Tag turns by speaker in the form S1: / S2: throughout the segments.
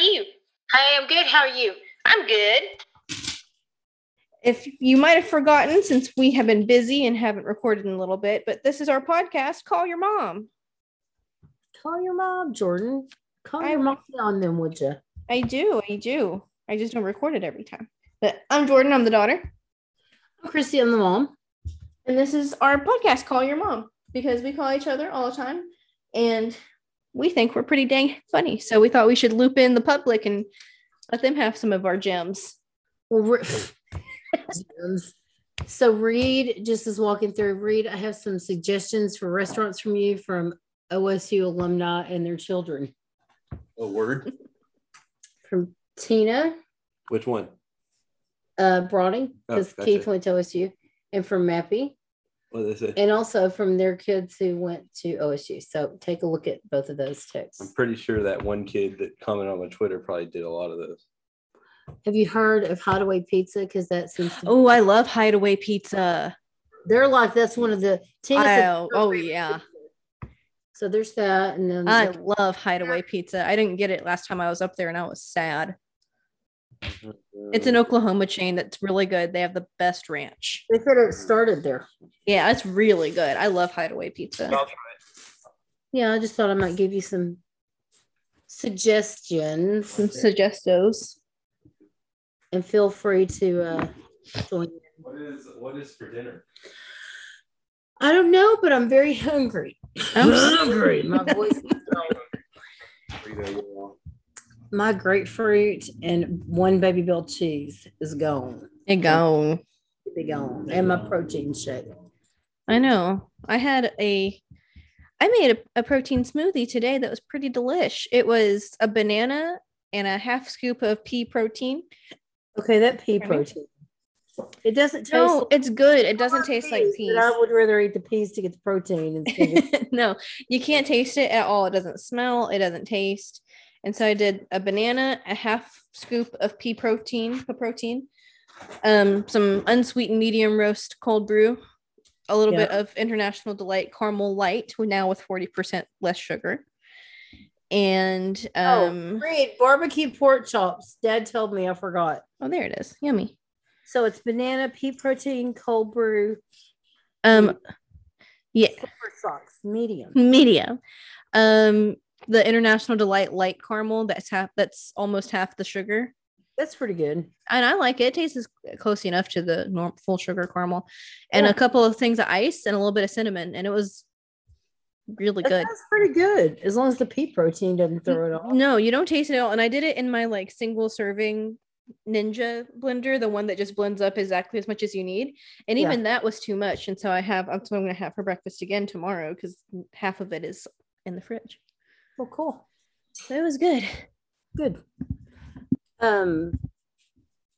S1: you? I am good. How are you? I'm good.
S2: If you might have forgotten, since we have been busy and haven't recorded in a little bit, but this is our podcast, Call Your Mom.
S3: Call your mom, Jordan. Call
S2: I
S3: your
S2: will.
S3: mom on them, would you?
S2: I do, I do. I just don't record it every time. But I'm Jordan, I'm the daughter.
S3: I'm Christy, I'm the mom.
S2: And this is our podcast, Call Your Mom, because we call each other all the time and we think we're pretty dang funny. So we thought we should loop in the public and let them have some of our gems.
S3: Well, re- Gems. so Reed just is walking through. Reed, I have some suggestions for restaurants from you from OSU alumni and their children.
S4: A word?
S3: From Tina
S4: Which one?
S3: uh, Browning,
S4: Oh,
S3: because
S4: gotcha.
S3: Keith went to OSU, and from Mappy,
S4: What is it?
S3: and also from their kids who went to OSU. So take a look at both of those texts.
S4: I'm pretty sure that one kid that commented on my Twitter probably did a lot of those.
S3: Have you heard of Hideaway Pizza? Because that seems to
S2: Oh, I love hideaway pizza.
S3: they're like that's one of the Tina said
S2: Oh,
S3: her
S2: oh,
S3: favorite
S2: yeah. Uh,
S3: pizza. So there's that, and then
S2: I love hideaway pizza. I didn't get it last time I was up there and I was sad. It's an Oklahoma chain that's really good. They have the best ranch.
S3: they said it started there.
S2: Yeah, it's really good. I love hideaway pizza.
S3: Yeah, I just thought I might give you some suggestions,
S2: Some suggestos.
S3: and feel free to uh, join. in.
S4: What is what is for dinner?
S3: I don't know, but I'm very hungry.
S2: I'm
S3: hungry. Oh, My voice. is gone. My grapefruit and one baby bell cheese is gone.
S2: It gone.
S3: Be gone, and my protein shake.
S2: I know. I had a I made a, a protein smoothie today that was pretty delish. It was a banana and a half scoop of pea protein.
S3: Okay, that pea
S2: Right.
S3: protein. It doesn't taste.
S2: No, it's good. It doesn't
S3: love
S2: taste like peas.
S3: but I would rather eat the peas to get the protein. Instead of,
S2: no, you can't taste it at all. It doesn't smell, it doesn't taste. And so I did a banana, a half scoop of pea protein, pea protein, um, some unsweetened medium roast cold brew, a little bit of International Delight Caramel Light, who now with 40% less sugar. And
S3: oh,
S2: um,
S3: Reed, barbecue pork chops. Dad told me I forgot.
S2: oh, there it is. Yummy.
S3: So it's banana, pea protein, cold brew,
S2: Um, yeah.
S3: silver socks, medium.
S2: medium. Um, the International Delight Light Caramel that's half that's almost half the sugar,
S3: That's pretty good.
S2: and I like it. It tastes as- close enough to the norm, full sugar caramel, and
S3: Yeah.
S2: a couple of things of ice and a little bit of cinnamon, and it was really
S3: That
S2: good.
S3: sounds pretty good as long as the pea protein doesn't throw it off.
S2: No, you don't taste it at all. And I did it in my like single serving ninja blender, the one that just blends up exactly as much as you need. And
S3: Yeah.
S2: even that was too much. And so I have I'm so I'm gonna have for breakfast again tomorrow because half of it is in the fridge.
S3: Oh, cool.
S2: So it was good.
S3: Good. Um, I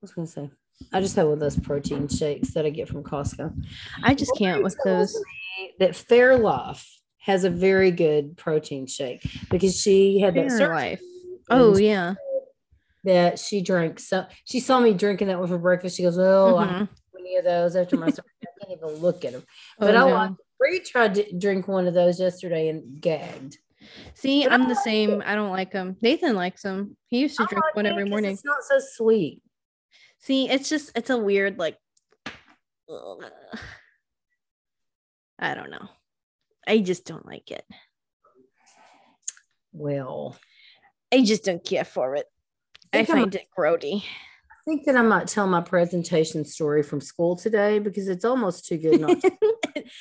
S3: was gonna say, I just had one of those protein shakes that I get from Costco.
S2: I just can't with those.
S3: that Fairlife has a very good protein shake because she had that surgery
S2: Fairlife.
S3: and
S2: Oh yeah.
S3: that she drank so she saw me drinking that one for breakfast. She goes, "Oh, I
S2: Mhm.
S3: have any of those after my surgery? I can't even look at them."
S2: Oh,
S3: But I
S2: no.
S3: like. Bree tried to drink one of those yesterday and gagged.
S2: See,
S3: but I
S2: I'm the
S3: like
S2: same. I don't like them. Nathan likes them. He used to
S3: I
S2: drink
S3: like
S2: one
S3: it
S2: every
S3: 'cause
S2: morning.
S3: It's not so sweet.
S2: See, it's just it's a weird like ugh. I don't know. I just don't like it.
S3: Well,
S2: I just don't care for it. I
S3: think I'm-
S2: find it grody.
S3: I think that I might tell my presentation story from school today because it's almost too good not. to-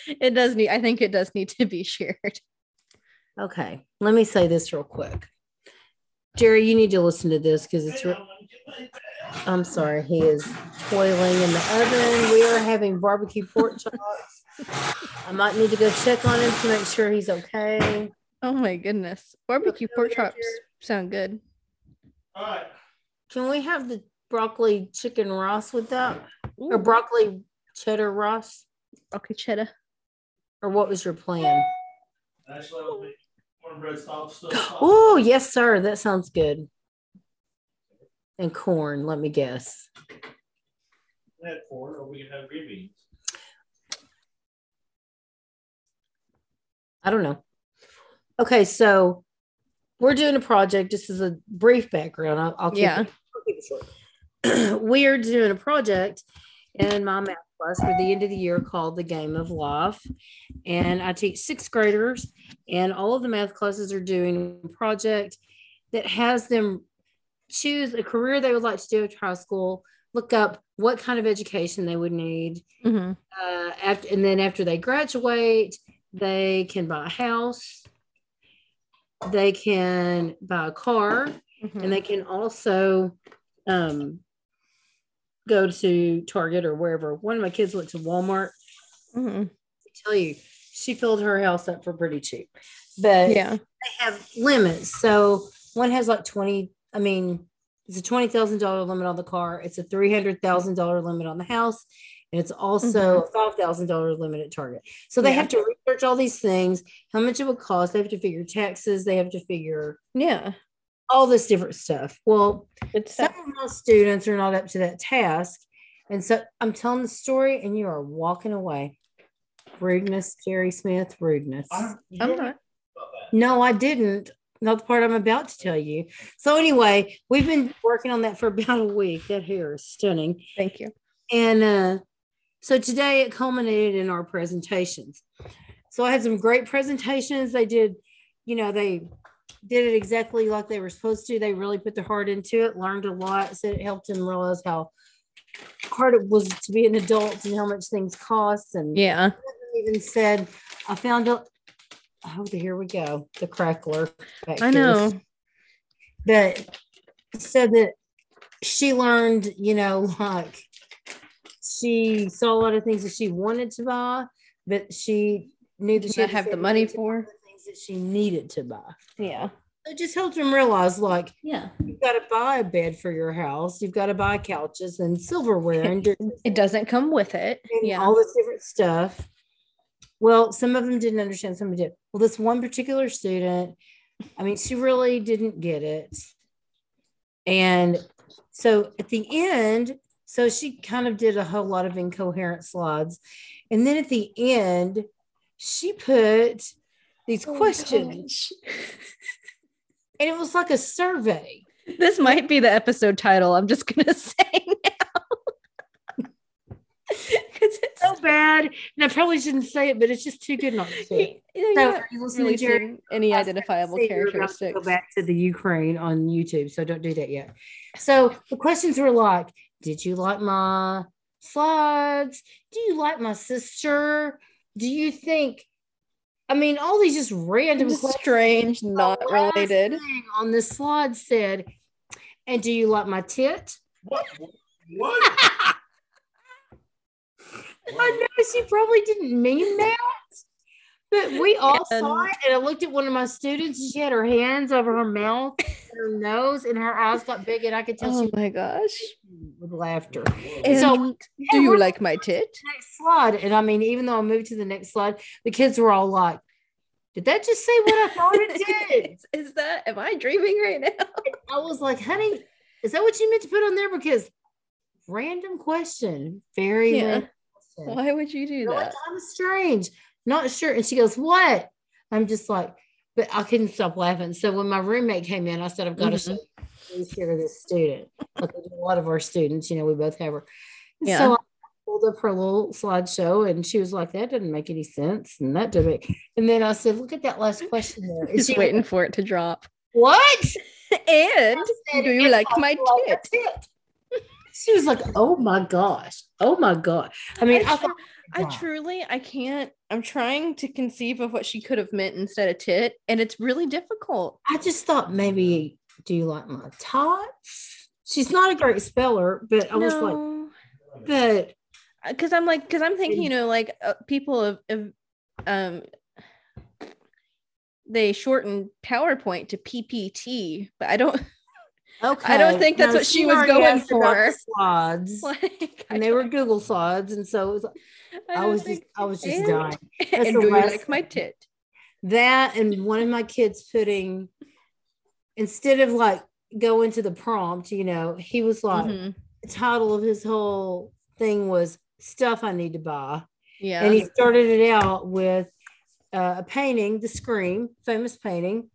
S2: it does need I think it does need to be shared.
S3: okay, let me say this real quick. Jerry, you need to listen to this because it's. Re- I'm sorry, he is toiling in the oven. We are having barbecue pork chops. I might need to go check on him to make sure he's okay.
S2: Oh my goodness. Barbecue
S3: over
S2: pork
S3: here,
S2: chops
S3: Jared.
S2: sound good.
S3: Can we have the broccoli chicken rice with that, or broccoli cheddar rice,
S2: broccoli cheddar.
S3: or what was your plan?
S5: Actually, I don't think cornbread stops still.
S3: Oh yes, sir, that sounds good. And corn, let me guess.
S5: We had corn, or we can have green beans.
S3: I don't know. Okay, so we're doing a project. This is a brief background. I'll, I'll keep
S2: Yeah.
S3: it- I'll keep it short. we are doing a project in my math class for the end of the year called the Game of Life, and I teach sixth graders, and all of the math classes are doing a project that has them choose a career they would like to do after high school. Look up what kind of education they would need,
S2: Mhm.
S3: uh, after, and then after they graduate, they can buy a house, they can buy a car,
S2: Mhm.
S3: and they can also um, go to Target or wherever. One of my kids went to Walmart.
S2: Mhm.
S3: I tell you, she filled her house up for pretty cheap, but
S2: Yeah.
S3: they have limits. So one has like 20, I mean, it's a $20,000 limit on the car, it's a $300,000 limit on the house, and it's also a $5,000 limit at Target. So they
S2: Yeah.
S3: have to research all these things, how much it would cost. They have to figure taxes, they have to figure
S2: Yeah.
S3: all this different stuff. Well,
S2: It's
S3: some of my students are not up to that task. And so I'm telling the story, and you are walking away. Rudeness, Jerry Smith, rudeness.
S5: I'm, you
S2: I'm
S5: don't
S2: not.
S5: know about that.
S3: No, I didn't. Not the part I'm about to tell you. So anyway, we've been working on that for about a week. That hair is stunning.
S2: Thank you.
S3: And uh, so today it culminated in our presentations. So I had some great presentations. They did, you know, they did it exactly like they were supposed to. They really put their heart into it, learned a lot, said it helped them realize how hard it was to be an adult and how much things cost and
S2: Yeah.
S3: even said, I found out. Oh, here we go. The crackler. back
S2: I
S3: here.
S2: know.
S3: But said that she learned, you know, like she saw a lot of things that she wanted to buy, but she knew that
S2: Did
S3: she
S2: not
S3: had to
S2: have the
S3: save
S2: money
S3: to
S2: for?
S3: buy things that she needed to buy.
S2: Yeah.
S3: It just helped them realize, like,
S2: Yeah.
S3: you've got to buy a bed for your house, you've got to buy couches and silverware and dishes
S2: It doesn't come with it.
S3: and
S2: Yeah.
S3: all this different stuff. Well, some of them didn't understand, some of them did. Well, this one particular student, I mean, she really didn't get it. And so at the end, so she kind of did a whole lot of incoherent slides. And then at the end, she put these questions, and it was like a survey.
S2: This might be the episode title. I'm just gonna say now. 'Cause it's-
S3: So bad. And I probably shouldn't say it, but it's just too good not to. say it.
S2: Yeah, you're
S3: So
S2: not
S3: are you listening,
S2: really
S3: Jerry?
S2: seeing any
S3: I was gonna
S2: identifiable
S3: say you're about to
S2: characteristics.
S3: Go back to the Ukraine on YouTube, so don't do that yet. So the questions were like, "Did you like my slides? Do you like my sister? Do you think?" I mean, all these just random
S2: Just
S3: questions.
S2: strange,
S3: The
S2: not
S3: last
S2: related.
S3: thing on the slide said, "And do you like my tit?"
S5: What? What?
S3: I know she probably didn't mean that. But we all saw
S2: And-
S3: it, and I looked at one of my students. and She had her hands over her mouth, her nose, and her eyes got big, and I could tell
S2: Oh
S3: she
S2: my gosh.
S3: with laughter.
S5: Whoa.
S2: And
S3: So-
S2: do
S3: we're
S2: you
S3: on
S2: like my tit?
S3: the next slide? And I mean, even though I moved to the next slide, the kids were all like, "Did that just say what I thought it did?"
S2: is, is that am I dreaming right now?
S3: I was like, "Honey, is that what you meant to put on there?" Because random question, very
S2: Yeah.
S3: random question.
S2: Why would you do
S3: You're like,
S2: that?
S3: I'm strange, not sure. And she goes, What? I'm just like, but I couldn't stop laughing. So when my roommate came in, I said, I've got to
S2: Mm-hmm.
S3: show you to this student. Like we do a lot of our students, you know, we both have her. And
S2: Yeah.
S3: So I pulled up her little slideshow and she was like, That doesn't make any sense. And that doesn't make and then I said, Look at that last question there. And
S2: Just
S3: she
S2: waiting
S3: went,
S2: for it to drop.
S3: What?
S2: And
S3: said,
S2: do you
S3: "It's
S2: like my
S3: you like my
S2: tit?
S3: tit. She was like, Oh my gosh. Oh my gosh. I mean, I,
S2: I,
S3: thought,
S2: tru- I truly, I can't. I'm trying to conceive of what she could have meant instead of tit, and it's really difficult.
S3: I just thought maybe, do you like my tots? She's not a great speller, but I was like, but
S2: because Uh, I'm like, because I'm thinking, you know, like uh, people of, of, um, they shortened PowerPoint to PPT, but I don't
S3: okay.
S2: think that's what she was
S3: already
S2: going
S3: asked about
S2: for.
S3: the Slides.
S2: like.
S3: And
S2: I,
S3: they were Google slides, and so it was, I
S2: don't
S3: was just
S2: think-
S3: I was just
S2: and-
S3: dying. That's
S2: And
S3: the
S2: do you
S3: last
S2: like my tit?
S3: That and one of my kids putting instead of like going to the prompt, you know, he was like
S2: Mhm.
S3: the title of his whole thing was "Stuff I Need to Buy."
S2: Yeah.
S3: and he started it out with uh, a painting, the Scream, famous painting,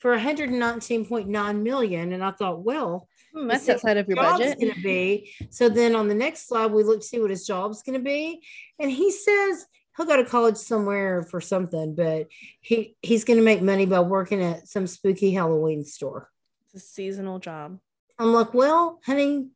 S3: for 119.9 million. And I thought, well,
S2: Hmm, that's
S3: Is it
S2: outside of your
S3: job's
S2: budget.
S3: gonna be. So then on the next slide, we look to see what his job's gonna be. And he says he'll go to college somewhere for something, but he he's gonna make money by working at some spooky Halloween store.
S2: It's a seasonal job.
S3: I'm like, well, honey,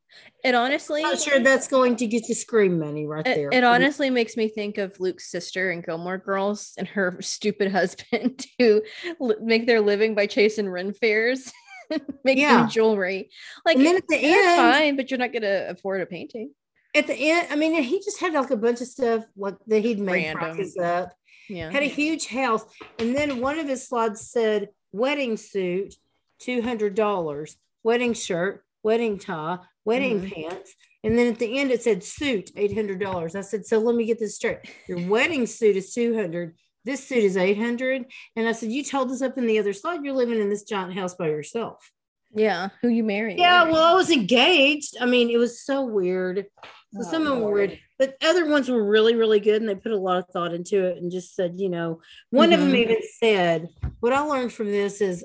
S2: It honestly,
S3: I'm not sure that's going to get you scream money right there.
S2: it, it honestly makes me think of Luke's sister in Gilmore Girls and her stupid husband who li- make their living by chasing run fairs, making
S3: Yeah.
S2: jewelry. Like eh,
S3: and then at the
S2: that's
S3: end,
S2: fine, but you're not gonna afford a painting.
S3: at the end, I mean, he just had like a bunch of stuff like that he'd made
S2: Random.
S3: prices up.
S2: Yeah.
S3: Had a huge house, and then one of his slides said wedding suit, two hundred dollars, wedding shirt, wedding tie, wedding
S2: Mm-hmm.
S3: pants, and then at the end it said suit, eight hundred dollars. I said, so let me get this straight: your wedding suit is two hundred. This suit is eight hundred, and I said, you told us up in the other slide you're living in this giant house by yourself.
S2: Yeah. Who you marry?
S3: Yeah, well, I was engaged. I mean, it was so weird. So
S2: Oh,
S3: some of them were
S2: Lord.
S3: weird, but other ones were really, really good, and they put a lot of thought into it. And just said, you know, one of them
S2: Mhm.
S3: even said, "What I learned from this is,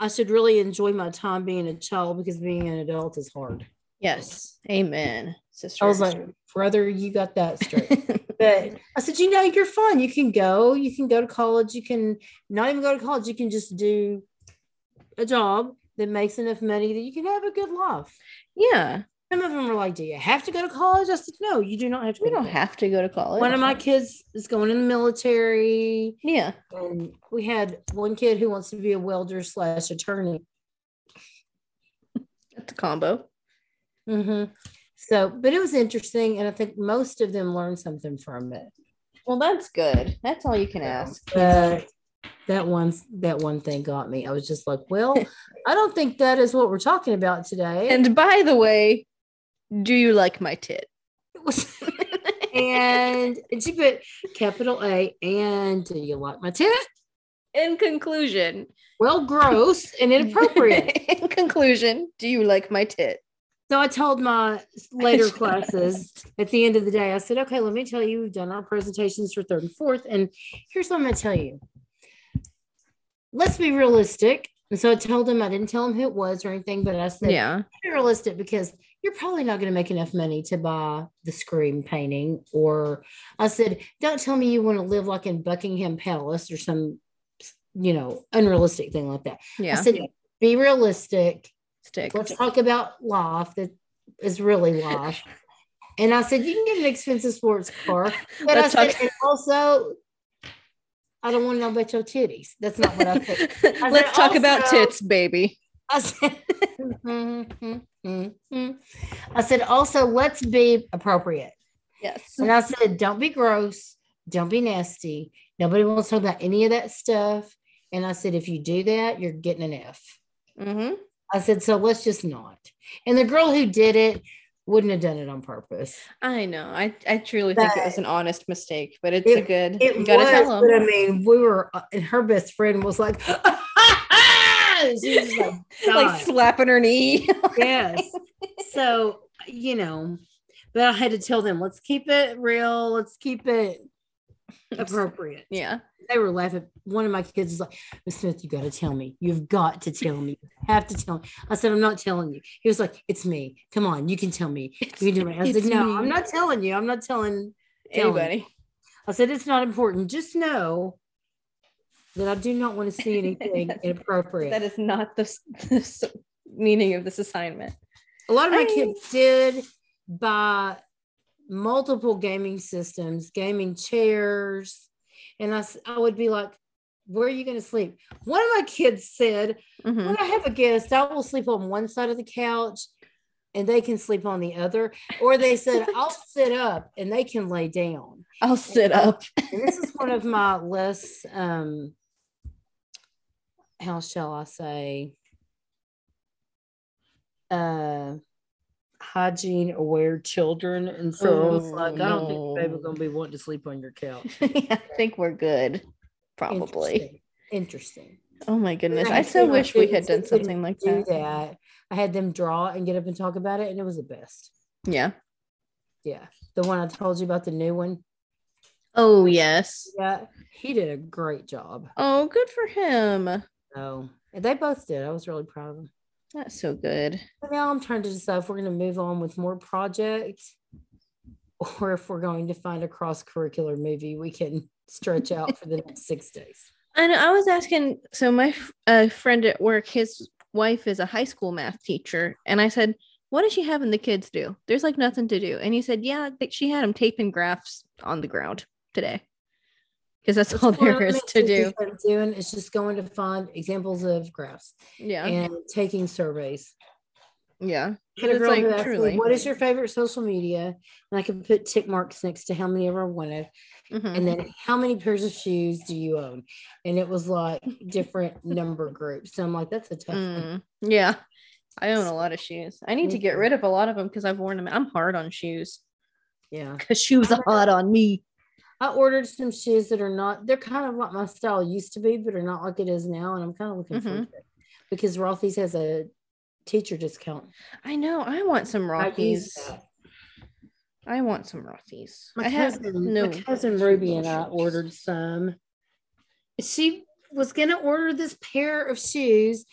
S3: I should really enjoy my time being a child because being an adult is hard."
S2: Yes. Amen. Sister.
S3: I was like, "Brother, you got that straight." but I said, "You know, you're fine. You can go. You can go to college. You can not even go to college. You can just do a job." That makes enough money that you can have a good life.
S2: yeah.
S3: Some of them were like, "Do you have to go to college?" I said, "No, you do not have to.
S2: We
S3: go to
S2: don't
S3: college."
S2: have to go to college.
S3: One of my kids is going in the military,
S2: Yeah.
S3: and we had one kid who wants to be a welder slash attorney.
S2: That's a combo.
S3: hmm
S2: Mm-hmm.
S3: So, but it was interesting, and I think most of them learned something from it.
S2: Well, that's good. That's all you can ask.
S3: But that one, that one thing got me. I was just like, "Well, I don't think that is what we're talking about today."
S2: And by the way, do you like my tit?
S3: it was, and she put capital A. And do you like my tit?
S2: In conclusion,
S3: Well, gross and inappropriate.
S2: In conclusion, do you like my tit?
S3: So I told my later classes at the end of the day, I said, okay, let me tell you, we've done our presentations for third and fourth. And here's what I'm going to tell you. Let's be realistic. And so I told them, I didn't tell them who it was or anything, but I said,
S2: Yeah.
S3: be realistic because you're probably not going to make enough money to buy the scream painting. Or I said, don't tell me you want to live like in Buckingham Palace or some, you know, unrealistic thing like that.
S2: Yeah.
S3: I said, be realistic
S2: Stick.
S3: let's talk about life that is really life. And I said, you can get an expensive sports car. But
S2: Let's
S3: I
S2: talk-
S3: said, and also, I don't want to know about your titties. That's not what I said. I
S2: Let's
S3: said
S2: talk about
S3: also-
S2: tits, baby.
S3: I said, Mhm, mhm, mhm, mhm. I said, also, let's be appropriate.
S2: Yes.
S3: And I said, don't be gross. Don't be nasty. Nobody wants to talk about any of that stuff. And I said, if you do that, you're getting an F.
S2: Mm-hmm.
S3: I said, so let's just not. And the girl who did it wouldn't have done it on purpose.
S2: I know. I, I truly think it was an honest mistake, but it's a
S3: It-
S2: good.
S3: It
S2: you
S3: was,
S2: gotta tell 'em.
S3: but I mean, we were, uh, and her best friend was like, she was just like,
S2: like
S3: "God."
S2: slapping her knee.
S3: yes. So, you know, but I had to tell them, let's keep it real, let's keep it appropriate.
S2: yeah.
S3: They were laughing. One of my kids is like, Miss Smith, you got to tell me. You've got to tell me. You have to tell me. I said, I'm not telling you. He was like, It's me. Come on, you can tell me.
S2: It's-
S3: You can do it. I
S2: it's
S3: said, No,
S2: me.
S3: I'm not telling you. I'm not telling. telling.
S2: Anybody.
S3: I said, It's not important. Just know that I do not want to see anything inappropriate.
S2: That is not the, s- the s- meaning of this assignment.
S3: A lot of my
S2: I-
S3: kids did buy multiple gaming systems, gaming chairs, and I, s- I would be like, where are you going to sleep? One of my kids said,
S2: Mhm.
S3: when I have a guest, I will sleep on one side of the couch and they can sleep on the other. Or they said, I'll sit up and they can lay down.
S2: I'll sit up.
S3: And this is one of my less, um, how shall I say, uh, hygiene aware children. And so I was
S2: Oh,
S3: like, I don't think
S2: no.
S3: they were going to be wanting to sleep on your couch.
S2: I think we're good. Probably.
S3: Interesting. Interesting.
S2: Oh my goodness.
S3: I
S2: I
S3: had
S2: so
S3: two, I
S2: wish we
S3: couldn't-
S2: had done
S3: couldn't
S2: something like
S3: do
S2: that.
S3: that. I had them draw and get up and talk about it, and it was the best.
S2: Yeah.
S3: Yeah. The one I told you about, the new one.
S2: Oh, yes.
S3: Yeah. He did a great job.
S2: Oh, good for him.
S3: So and they both did. I was really proud of them.
S2: That's so good.
S3: But now I'm trying to decide if we're going to move on with more projects or if we're going to find a cross curricular movie we can stretch out for the next six days.
S2: I know. I was asking. So my f- uh, friend at work, his wife is a high school math teacher, and I said, "What is she having the kids do? There's like nothing to do." And he said, "Yeah, I think she had them taping graphs on the ground today, because that's all there is to do."
S3: Doing is just going to find examples of graphs
S2: Yeah,
S3: and taking surveys.
S2: yeah.
S3: But
S2: But it's
S3: a girl
S2: like,
S3: who asked me,
S2: truly.
S3: what is your favorite social media? And I could put tick marks next to how many ever I wanted.
S2: Mhm.
S3: and then how many pairs of shoes do you own? And it was like different number groups. So I'm like, that's a tough one.
S2: Mm, yeah, I own a lot of shoes. I need to
S3: Me
S2: get
S3: too.
S2: rid of a lot of them because I've worn them. I'm hard on shoes
S3: Yeah.
S2: because shoes are hard on me.
S3: I ordered some shoes that are not, they're kind of what my style used to be, but are not like it is now. And I'm kind of looking forward to it because Rothy's has a teacher discount.
S2: I know. I want some
S3: I used
S2: Rothy's.
S3: that.
S2: I want some Rothy's.
S3: My
S2: I have
S3: cousin,
S2: no
S3: my cousin
S2: shoes
S3: Ruby
S2: on
S3: and I
S2: shoes.
S3: ordered some. She was gonna order this pair of shoes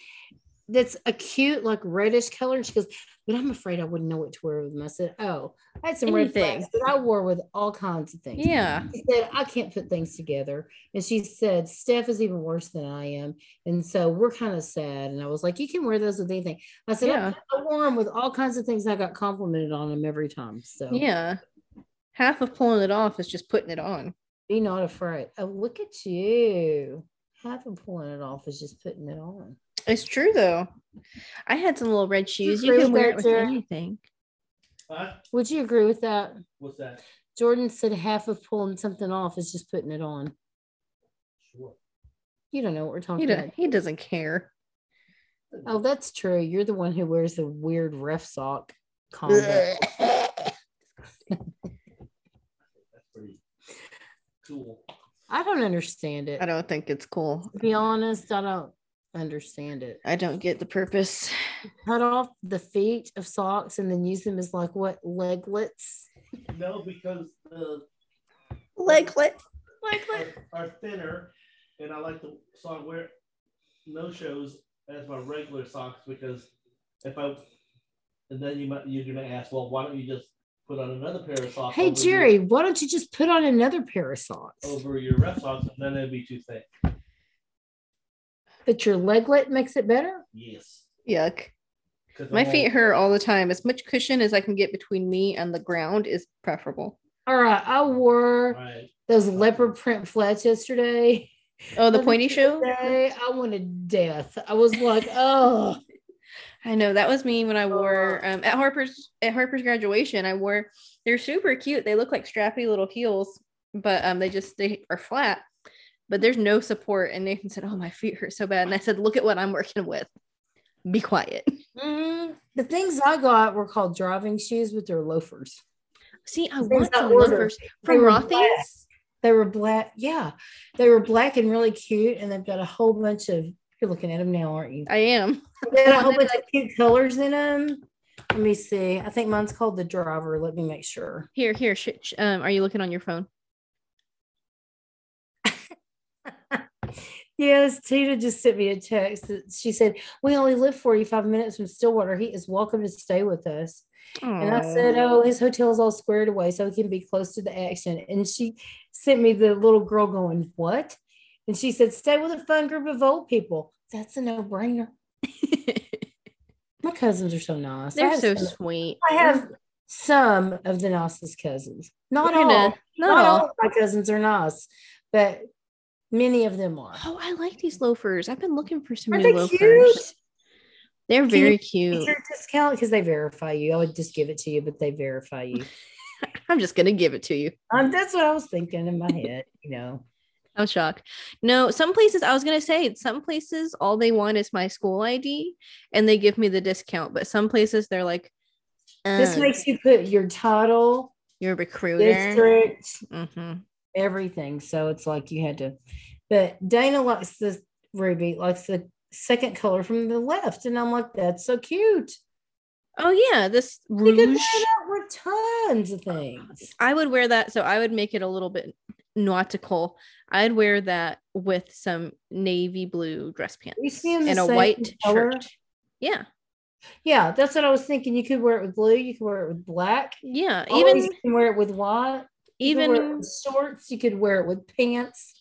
S3: that's a cute, like reddish color. And she goes, But I'm afraid I wouldn't know what to wear with them. I said, Oh, I had some red
S2: Anything.
S3: things that I wore with all kinds of things.
S2: Yeah.
S3: She said, I can't put things together. And she said, Steph is even worse than I am. And so we're kind of sad. And I was like, You can wear those with anything. I said,
S2: Yeah.
S3: I, I wore them with all kinds of things. and I got complimented on them every time. So
S2: Yeah. Half of pulling it off is just putting it on.
S3: Be not afraid. Oh, look at you. Half of pulling it off is just putting it on.
S2: It's true though. I had some little red shoes. You
S3: agree
S2: can
S3: with
S2: wear
S3: that,
S2: it with
S3: Jerry?
S2: anything.
S5: Huh?
S3: Would you agree with that?
S5: What's that?
S3: Jordan said half of pulling something off is just putting it on.
S5: Sure.
S3: You don't know what we're talking
S2: He
S3: about.
S2: doesn't. He doesn't care.
S3: Oh, that's true. You're the one who wears the weird ref sock combo.
S5: That's pretty cool.
S3: I don't understand it.
S2: I don't think it's cool.
S3: to be honest, I don't understand it.
S2: I don't get the purpose.
S3: Cut off the feet of socks and then use them as like what leglets?
S5: No, because the
S2: Leglet.
S5: are, are thinner, and I like the so I wear no shows as my regular socks because if I and then you might, you're gonna ask, well, why don't you just put on another pair of socks?
S3: Hey
S5: over your-
S3: Jerry, why don't you just put on another pair of socks?
S5: over your ref socks, and then it'd be too thick.
S3: But your leglet makes it better?
S5: Yes,
S2: Yuck.
S5: 'Cause I
S2: My
S3: Oh.
S5: won't-
S2: feet hurt all the time. As much cushion as I can get between me and the ground is preferable.
S3: All right, I wore
S5: Right.
S3: those leopard print flats yesterday.
S2: Oh, the
S3: Those
S2: pointy shoe?
S3: yesterday, I wanted death. I was like, oh,
S2: I know that was me when I wore um, at Harper's at Harper's graduation. I wore they're super cute. They look like strappy little heels, but um, they just they are flat. But there's no support. And Nathan said, "Oh, my feet hurt so bad." And I said, "Look at what I'm working with. Be quiet." Mm-hmm.
S3: mm. the things I got were called driving shoes, but they're loafers.
S2: See, I
S3: Things
S2: want
S3: I
S2: some
S3: ordered.
S2: loafers
S3: They
S2: from
S3: were
S2: Rothy's.
S3: black. They were black. Yeah, they were black and really cute, and they've got a whole bunch of. You're looking at them now, aren't you?
S2: I am.
S3: They got a whole bunch of cute colors in them. Let me see. I think mine's called the driver. Let me make sure.
S2: Here, here. Sh- sh- um, are you looking on your phone?
S3: Yes, Tina just sent me a text. that She said, We only live 45 minutes from Stillwater. He is welcome to stay with us. And I said, Oh, his hotel's all squared away so he can be close to the action. And she sent me the little girl going, What? And she said, Stay with a fun group of old people. That's a no brainer. My cousins are so nice. I
S2: they're
S3: have
S2: so
S3: some-
S2: sweet.
S3: I have some of the nicest cousins. Not
S2: We're
S3: all.
S2: gonna-
S3: Not,
S2: Not, all.
S3: all of my cousins are nice, but many of them are.
S2: Oh, I like these loafers. I've been looking for some
S3: Aren't
S2: new
S3: they
S2: loafers.
S3: cute?
S2: They're
S3: Can you
S2: very
S3: Is
S2: cute.
S3: there a discount because they verify you? I would just give it to you, but they verify you.
S2: I'm just gonna give it to you.
S3: Um, that's what I was thinking in my head. You know,
S2: I'm shocked. No, some places I was gonna say some places all they want is my school ID and they give me the discount, but some places they're like
S3: this
S2: "Uh,
S3: makes you put your title,
S2: you're a recruiter.
S3: district,
S2: hmm
S3: everything. So it's like you had to. But Dana likes the ruby, likes the second color from the left, and I'm like, that's so cute.
S2: Oh yeah, this
S3: You could wear
S2: rouge.
S3: that with tons of things.
S2: I would wear that, so I would make it a little bit nautical. I'd wear that with some navy blue dress pants
S3: You see 'em the
S2: and a
S3: same
S2: white
S3: color?
S2: shirt. Yeah,
S3: Yeah, that's what I was thinking. You could wear it with blue. You could wear it with black.
S2: yeah.
S3: Always
S2: even
S3: you can wear it with white. You could
S2: even
S3: wear it with shorts. You could wear it with pants.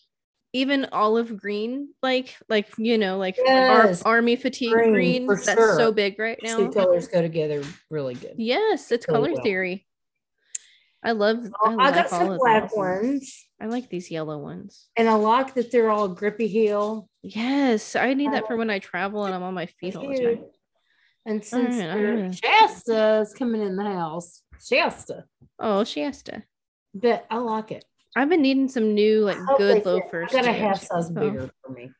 S2: even olive green, like like you know, like ar-
S3: Yes,
S2: army fatigue
S3: green,
S2: green.
S3: for
S2: that's
S3: sure.
S2: so big right
S3: These
S2: now.
S3: Two colors go together really good.
S2: Yes, it's
S3: so
S2: color
S3: well.
S2: theory. I love. I,
S3: Oh, I, got
S2: like all
S3: some
S2: of
S3: black
S2: those.
S3: ones,
S2: I like these yellow ones.
S3: and I like that they're all grippy heel.
S2: Yes, I need that for
S3: Um,
S2: when I travel and I'm on my feet all the
S3: cute.
S2: time.
S3: And since
S2: right,
S3: you're-
S2: alright.
S3: Shasta is coming in the house, Shasta,
S2: Oh, Shasta.
S3: but I like it.
S2: I've been needing some new, like
S3: I hope they
S2: good
S3: fit.
S2: loafers.
S3: I got a
S2: too.
S3: half size
S2: Oh,
S3: bigger for me.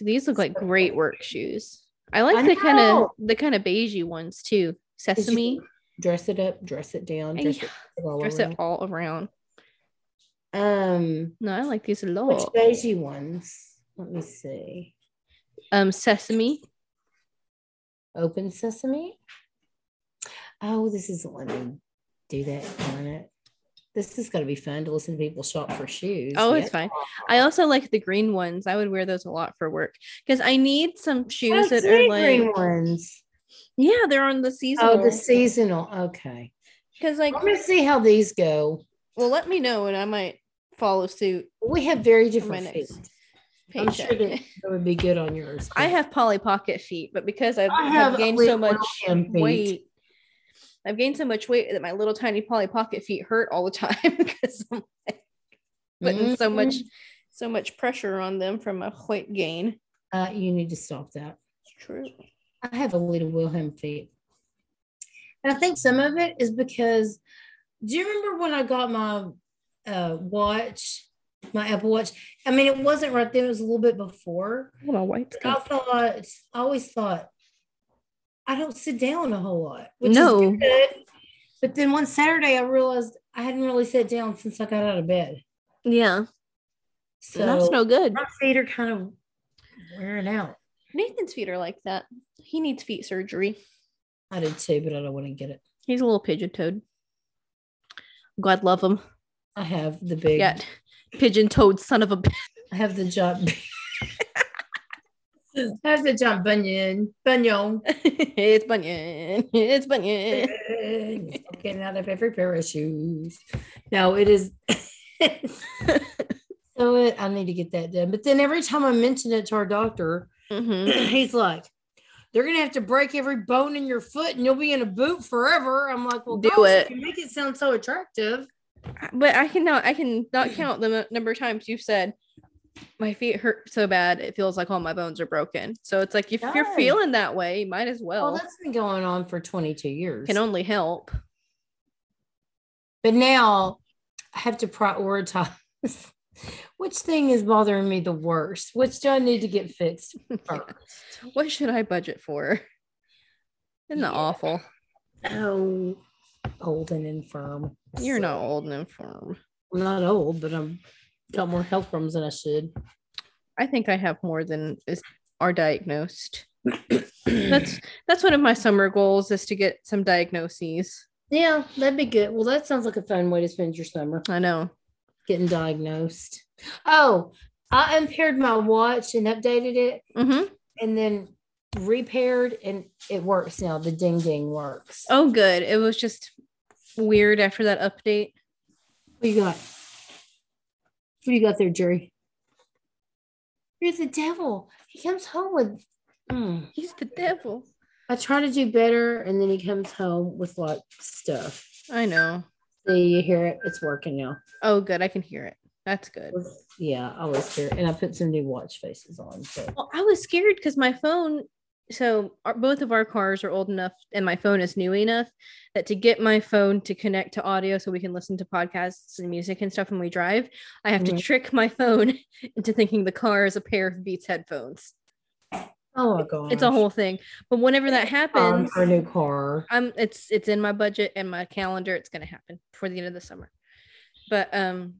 S2: These look like
S3: So
S2: great
S3: cute.
S2: work shoes. I
S3: I
S2: like the kind of
S3: know.
S2: the kind of beigey ones too. Sesame.
S3: Dress it up, dress it down,
S2: Hey,
S3: dress it, all
S2: Dress
S3: around.
S2: it all around.
S3: Um,
S2: No, I like these a
S3: which
S2: lot.
S3: beige ones? Let me see.
S2: Um, sesame.
S3: Open sesame. Oh, this isn't letting me do that. Darn it. This is going to be fun to listen to people shop for shoes.
S2: Oh, it's
S3: Yes.
S2: fine. I also like the green ones. I would wear those a lot for work because I need some
S3: Oh,
S2: shoes that
S3: see,
S2: are like
S3: green ones.
S2: yeah, they're on the season.
S3: Oh, the seasonal. Okay.
S2: because like
S3: I'm going to see how these go.
S2: well, let me know and I might follow suit.
S3: We have very
S2: for my
S3: different feet.
S2: next
S3: I'm sure
S2: paycheck.
S3: that that would be good on yours.
S2: I
S3: too.
S2: have Polly Pocket feet, but because I've,
S3: I
S2: have
S3: have
S2: gained
S3: Lil
S2: so much
S3: William feet.
S2: weight, I've gained so much weight that my little tiny Polly Pocket feet hurt all the time because I'm putting
S3: Mm-hmm.
S2: so much, so much pressure on them from my weight gain.
S3: Uh, you need to stop that.
S2: It's true.
S3: I have a little Wilhelm feet. And I think some of it is because do you remember when I got my uh, watch, my Apple Watch? I mean, it wasn't right there, it was a little bit before.
S2: Hold on, white.
S3: But I thought, I always thought, I don't sit down a whole lot. Which
S2: No.
S3: Is good. But then one Saturday, I realized I hadn't really sat down since I got out of bed.
S2: Yeah,
S3: So
S2: that's no good.
S3: my feet are kind of wearing out.
S2: Nathan's feet are like that. He needs feet surgery.
S3: I did too, but I don't want to get it.
S2: He's a little pigeon toed. God love him.
S3: I have the big.
S2: Yeah, pigeon toed son of a. b-
S3: I have the John. I have the John Bunyan. Bunyan.
S2: it's Bunyan. It's Bunyan.
S3: Getting out of every pair of shoes. No, it is. so it, I need to get that done. But then every time I mention it to our doctor,
S2: Mm-hmm.
S3: he's like, they're gonna have to break every bone in your foot, and you'll be in a boot forever. I'm like, well,
S2: Do
S3: gosh, if
S2: it.
S3: You make it sound so attractive.
S2: but I cannot I can not count the m- number of times you've said my feet hurt so bad it feels like all my bones are broken. So it's like if
S3: No.
S2: you're feeling that way, might as well.
S3: Well, that's been going on for 22 years.
S2: can only help.
S3: But now I have to prioritize which thing is bothering me the worst. Which do I need to get fixed first?
S2: What should I budget for? Isn't that
S3: Yeah.
S2: awful?
S3: Oh, old and infirm.
S2: You're
S3: So,
S2: not old and infirm.
S3: I'm not old, but I'm got more health problems than I should.
S2: I think I have more than is are diagnosed. that's that's one of my summer goals is to get some diagnoses.
S3: Yeah, that'd be good. Well, that sounds like a fun way to spend your summer
S2: I know.
S3: getting diagnosed. Oh, I unpaired my watch and updated it
S2: hmm
S3: and then repaired and it works now. The ding ding works.
S2: Oh, good. It was just weird after that update.
S3: What you got? What you got there, Jerry? You're the devil. He comes home with. Mm.
S2: He's the devil.
S3: I try to do better, and then he comes home with like stuff.
S2: I know.
S3: See, you hear it? It's working now.
S2: Oh, good. I can hear it. That's good.
S3: Yeah, I always hear it. And I put some new watch faces on. So.
S2: Well, I was scared because my phone. So our, both of our cars are old enough, and my phone is new enough that to get my phone to connect to audio so we can listen to podcasts and music and stuff when we drive, I have
S3: Mhm.
S2: to trick my phone into thinking the car is a pair of Beats headphones.
S3: Oh my god,
S2: It's a whole thing. But whenever that
S3: um,
S2: happens,
S3: for a new car.
S2: I'm it's it's in my budget and my calendar. It's gonna happen before the end of the summer. But um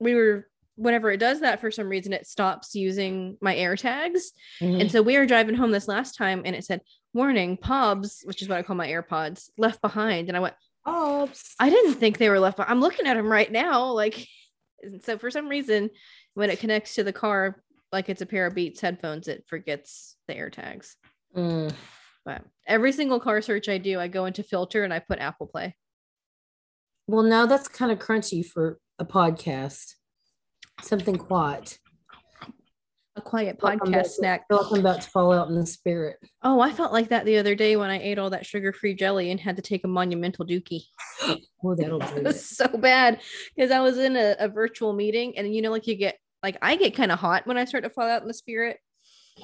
S2: we were whenever it does that for some reason it stops using my air tags.
S3: Mm.
S2: And so we were driving home this last time and it said warning, pobs, which is what I call my AirPods, left behind. And I went,
S3: Mm-hmm. Bob's.
S2: I didn't think they were left. behind. I'm looking at them right now. Like, and so for some reason, when it connects to the car, like it's a pair of Beats headphones, it forgets the air tags.
S3: Mm.
S2: But every single car search I do, I go into filter and I put Apple Play.
S3: Well, now that's kind of crunchy for a podcast. Something quiet.
S2: A quiet
S3: Well, I'm
S2: podcast
S3: back.
S2: snack.
S3: I feel like I'm about to fall out in the spirit.
S2: Oh, I felt like that the other day when I ate all that sugar-free jelly and had to take a monumental dookie.
S3: Oh, that'll do
S2: It was
S3: it.
S2: so bad because I was in a, a virtual meeting and you know, like you get like I get kind of hot when I start to fall out in the spirit.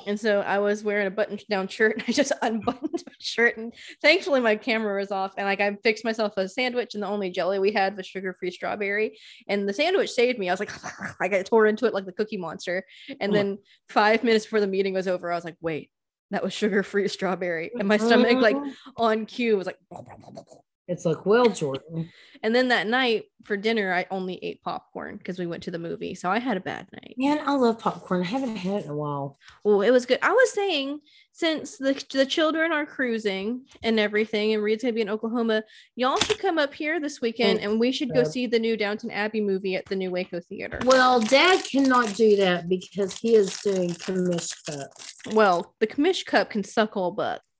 S2: And so I was wearing a button down shirt and I just unbuttoned my shirt. And thankfully my camera was off. And like I fixed myself a sandwich and the only jelly we had was sugar-free strawberry. And the sandwich saved me. I was like, I got tore into it like the cookie monster. And
S3: Oh.
S2: then five minutes before the meeting was over, I was like, wait, that was sugar-free strawberry. And my stomach like on cue was like
S3: Uh-huh. it's like, well, Jordan,
S2: and then that night for dinner, I only ate popcorn because we went to the movie. So I had a bad night.
S3: man, I love popcorn. I haven't had it in a while.
S2: Oh, it was good. I was saying, since the, the children are cruising and everything, and Reed's going to be in Oklahoma, y'all should come up here this weekend and we should go
S3: Deb.
S2: see the new Downton Abbey movie at the new Waco Theater.
S3: Well, Dad cannot do that because he is doing commish cup.
S2: Well, the commish cup can suck all butt.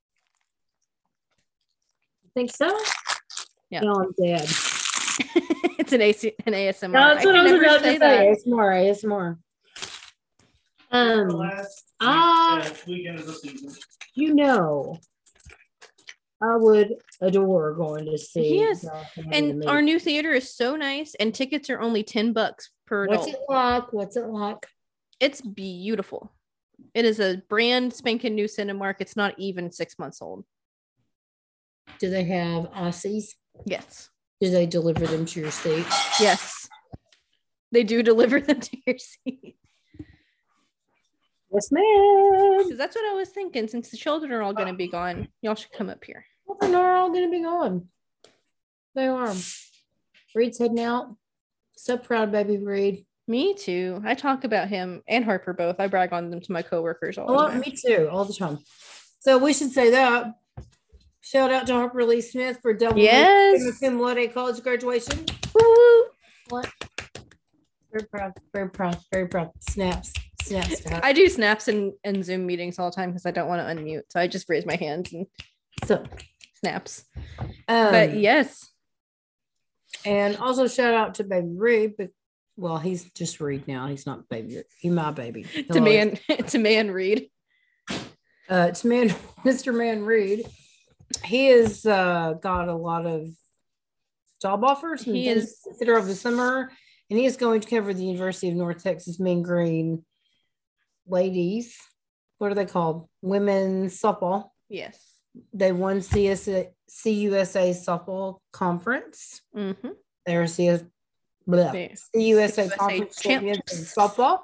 S3: Think so?
S2: Yeah.
S3: No, I'm dead.
S2: it's an, AC, an ASMR.
S3: No, that's what I,
S2: can
S3: was
S2: never
S3: about to say.
S2: that.
S3: It's more. It's more. Um,
S5: Last
S3: Ah.
S5: week- yeah, weekend of the season.
S3: you know, I would adore going to see.
S2: Yes,
S3: Downton Abbey
S2: And
S3: movie.
S2: our new theater is so nice, and tickets are only 10 bucks per
S3: what's
S2: adult.
S3: it like? What's it like?
S2: it's beautiful. It is a brand spanking new Cinemark. It's not even six months old.
S3: Do they have Aussies?
S2: Yes.
S3: Do they deliver them to your seat?
S2: Yes. They do deliver them to your seat.
S3: Yes, ma'am.
S2: 'Cause that's what I was thinking. Since the children are all going to be gone, y'all should come up here.
S3: Well, then they're all going to be gone. They are. Reed's heading out. So proud, baby Reed.
S2: Me too. I talk about him and Harper both. I brag on them to my coworkers all
S3: Oh,
S2: the time.
S3: me too, all the time. So we should say that. Shout out to Harper Lee Smith for double
S2: Yes.
S3: cum laude college graduation.
S2: Woo.
S3: Very proud, very proud, very proud. Snaps, snaps. snaps.
S2: I do snaps and, and Zoom meetings all the time because I don't want to unmute. So I just raise my hands and
S3: So,
S2: snaps.
S3: um,
S2: but yes.
S3: And also shout out to baby Reed. But well, he's just Reed now. He's not baby. Reed. He's my baby.
S2: To
S3: He'll always-
S2: man, to man read.
S3: uh, it's man, Mr. Man Reed. He has uh, got a lot of job offers. And
S2: He
S3: things
S2: is-
S3: to consider over the summer, and he is going to cover the University of North Texas Mean Green ladies. What are they called? Women's softball.
S2: Yes.
S3: They won CSA, CUSA softball conference.
S2: Mm-hmm.
S3: They're CS, blah,
S2: They-
S3: CUSA
S2: USA
S3: conference champions in
S2: champs.
S3: softball.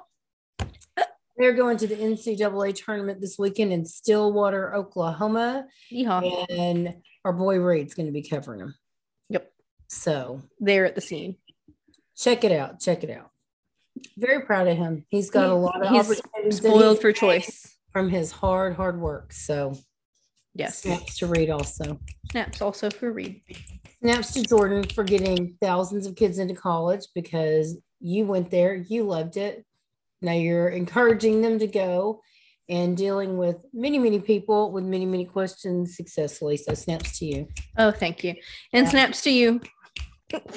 S3: They're going to the NCAA tournament this weekend in Stillwater, Oklahoma
S2: Yeehaw.
S3: and our boy Reed's going to be covering him.
S2: Yep.
S3: So
S2: There at the scene.
S3: check it out. Check it out. Very proud of him. He's got a lot of
S2: He's
S3: opportunities that
S2: Spoiled
S3: he's
S2: for
S3: made
S2: choice.
S3: from his hard, hard work. So
S2: Yes.
S3: snaps to Reed also.
S2: Snaps also for Reed.
S3: Snaps to Jordan for getting thousands of kids into college because you went there, you loved it. Now you're encouraging them to go and dealing with many, many people with many, many questions successfully. So snaps to you.
S2: Oh, thank you. And
S3: Yeah.
S2: snaps to you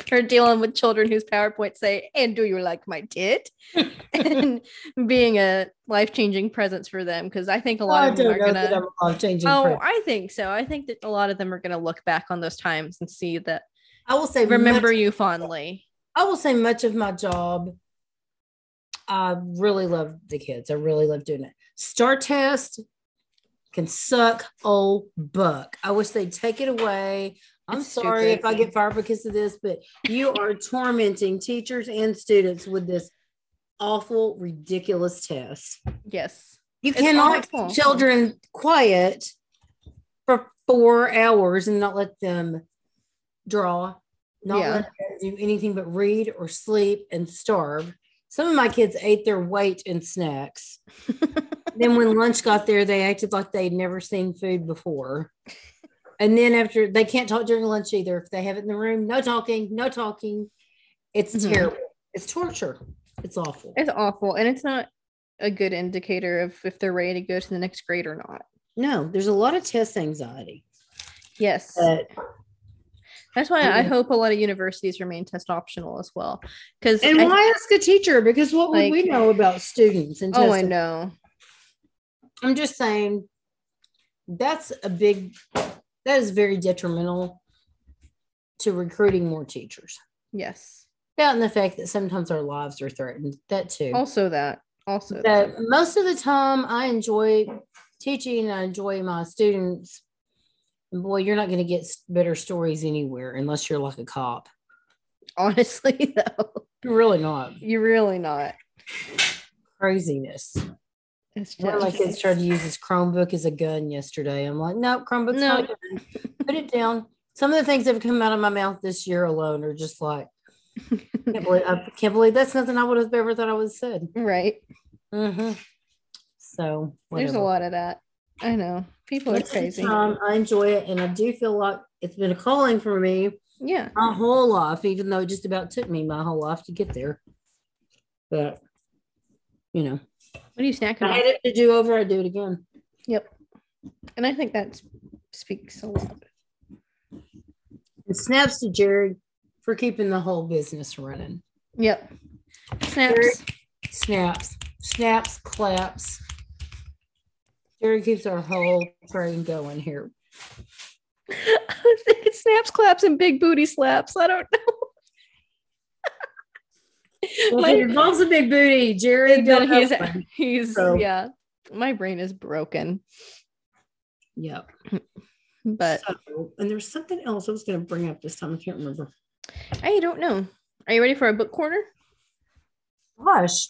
S2: for dealing with children whose PowerPoints say, and do you like my tit? and being a life changing presence for them. Cause I think a lot of them are
S3: that
S2: gonna
S3: I'm a life-changing
S2: Oh,
S3: friend.
S2: I think so. I think that a lot of them are gonna look back on those times and see that
S3: I will say
S2: remember
S3: much-
S2: you fondly.
S3: I will say much of my job. I really love the kids. I really love doing it. Star test can suck old buck. I wish they'd take it away. I'm
S2: It's
S3: sorry
S2: stupid.
S3: if I get fired because of this, but you are tormenting teachers and students with this awful, ridiculous test.
S2: Yes.
S3: You
S2: It's
S3: cannot
S2: awful.
S3: keep children quiet for four hours and not let them draw, not
S2: Yeah.
S3: let them do anything but read or sleep and starve. Some of my kids ate their weight in snacks. then when lunch got there, they acted like they'd never seen food before. And then after they can't talk during lunch either. If they have it in the room, no talking, no talking. It's
S2: Mhm.
S3: terrible. It's torture. It's awful.
S2: It's awful, and it's not a good indicator of if they're ready to go to the next grade or not.
S3: No, there's a lot of test anxiety.
S2: Yes,
S3: But
S2: that's why I
S3: Mhm.
S2: hope a lot of universities remain test optional as well. Because
S3: and why ask a teacher? Because what would we
S2: Like-
S3: know about students and
S2: Oh, I
S3: testing?
S2: know.
S3: I'm just saying that's a big that is very detrimental to recruiting more teachers.
S2: Yes.
S3: About in the fact that sometimes our lives are threatened. That too.
S2: Also that. Also that.
S3: But most of the time I enjoy teaching and I enjoy my students. And boy, you're not going to get s- better stories anywhere unless you're like a cop.
S2: Honestly, though,
S3: You're really not.
S2: you're really not.
S3: Craziness.
S2: It's
S3: One of my kids tried to use his Chromebook as a gun yesterday. I'm like, no, Chromebook's
S2: No.
S3: not a gun. Put it down. Some of the things that have come out of my mouth this year alone are just like, can't believe, I can't believe that's nothing I would have ever thought I would have said.
S2: right.
S3: hmm So
S2: There's a lot of that. I know. People are
S3: Most of the
S2: crazy.
S3: time, I enjoy it, and I do feel like it's been a calling for me
S2: Yeah.
S3: my whole life, even though it just about took me my whole life to get there. But you know,
S2: What are you
S3: if I
S2: snacking
S3: had
S2: on?
S3: it to do over. I do it again.
S2: And I think that speaks a lot.
S3: And snaps to Jared for keeping the whole business running.
S2: Yep. Snaps.
S3: Snaps, snaps, claps. Jared keeps our whole train going here.
S2: I was thinking snaps, claps, and big booty slaps. I don't know.
S3: Well,
S2: My-
S3: he involves a big booty, Jared.
S2: no,
S3: don't
S2: he's
S3: help him.
S2: he's
S3: So-
S2: yeah. My brain is broken,
S3: Yep.
S2: but
S3: So, and there's something else I was going to bring up this time. I can't remember.
S2: I don't know. Are you ready for a book corner?
S3: Gosh.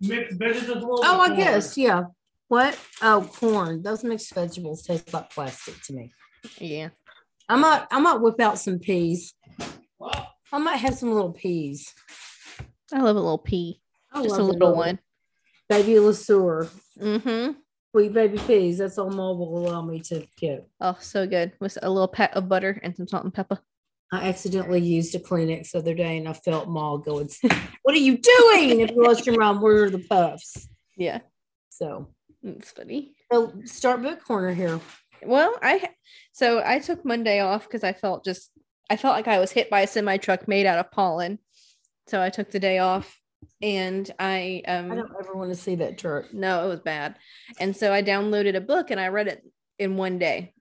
S5: Mixed vegetables.
S3: Oh, I
S5: or-
S3: guess. Yeah. What? Oh, corn. Those mixed vegetables taste like plastic to me.
S2: Yeah.
S3: I might, I might whip out some peas.
S5: Well,
S3: I might have some little peas.
S2: I love a little pea.
S3: I
S2: Just
S3: love
S2: a
S3: the
S2: little one.
S3: Baby Lasur.
S2: Mm-hmm.
S3: Sweet baby peas. That's all mom will allow me to get.
S2: Oh, so good. With a little pat of butter and some salt and pepper.
S3: I accidentally used a Kleenex the other day and I felt Ma going, What are you doing? If you lost your mom, where are the puffs?
S2: Yeah.
S3: So,
S2: It's funny.
S3: so start book corner here.
S2: Well, I so I took Monday off because I felt just I felt like I was hit by a semi truck made out of pollen. So I took the day off and I um
S3: I don't ever want to see that truck.
S2: No, it was bad. And so I downloaded a book and I read it in one day.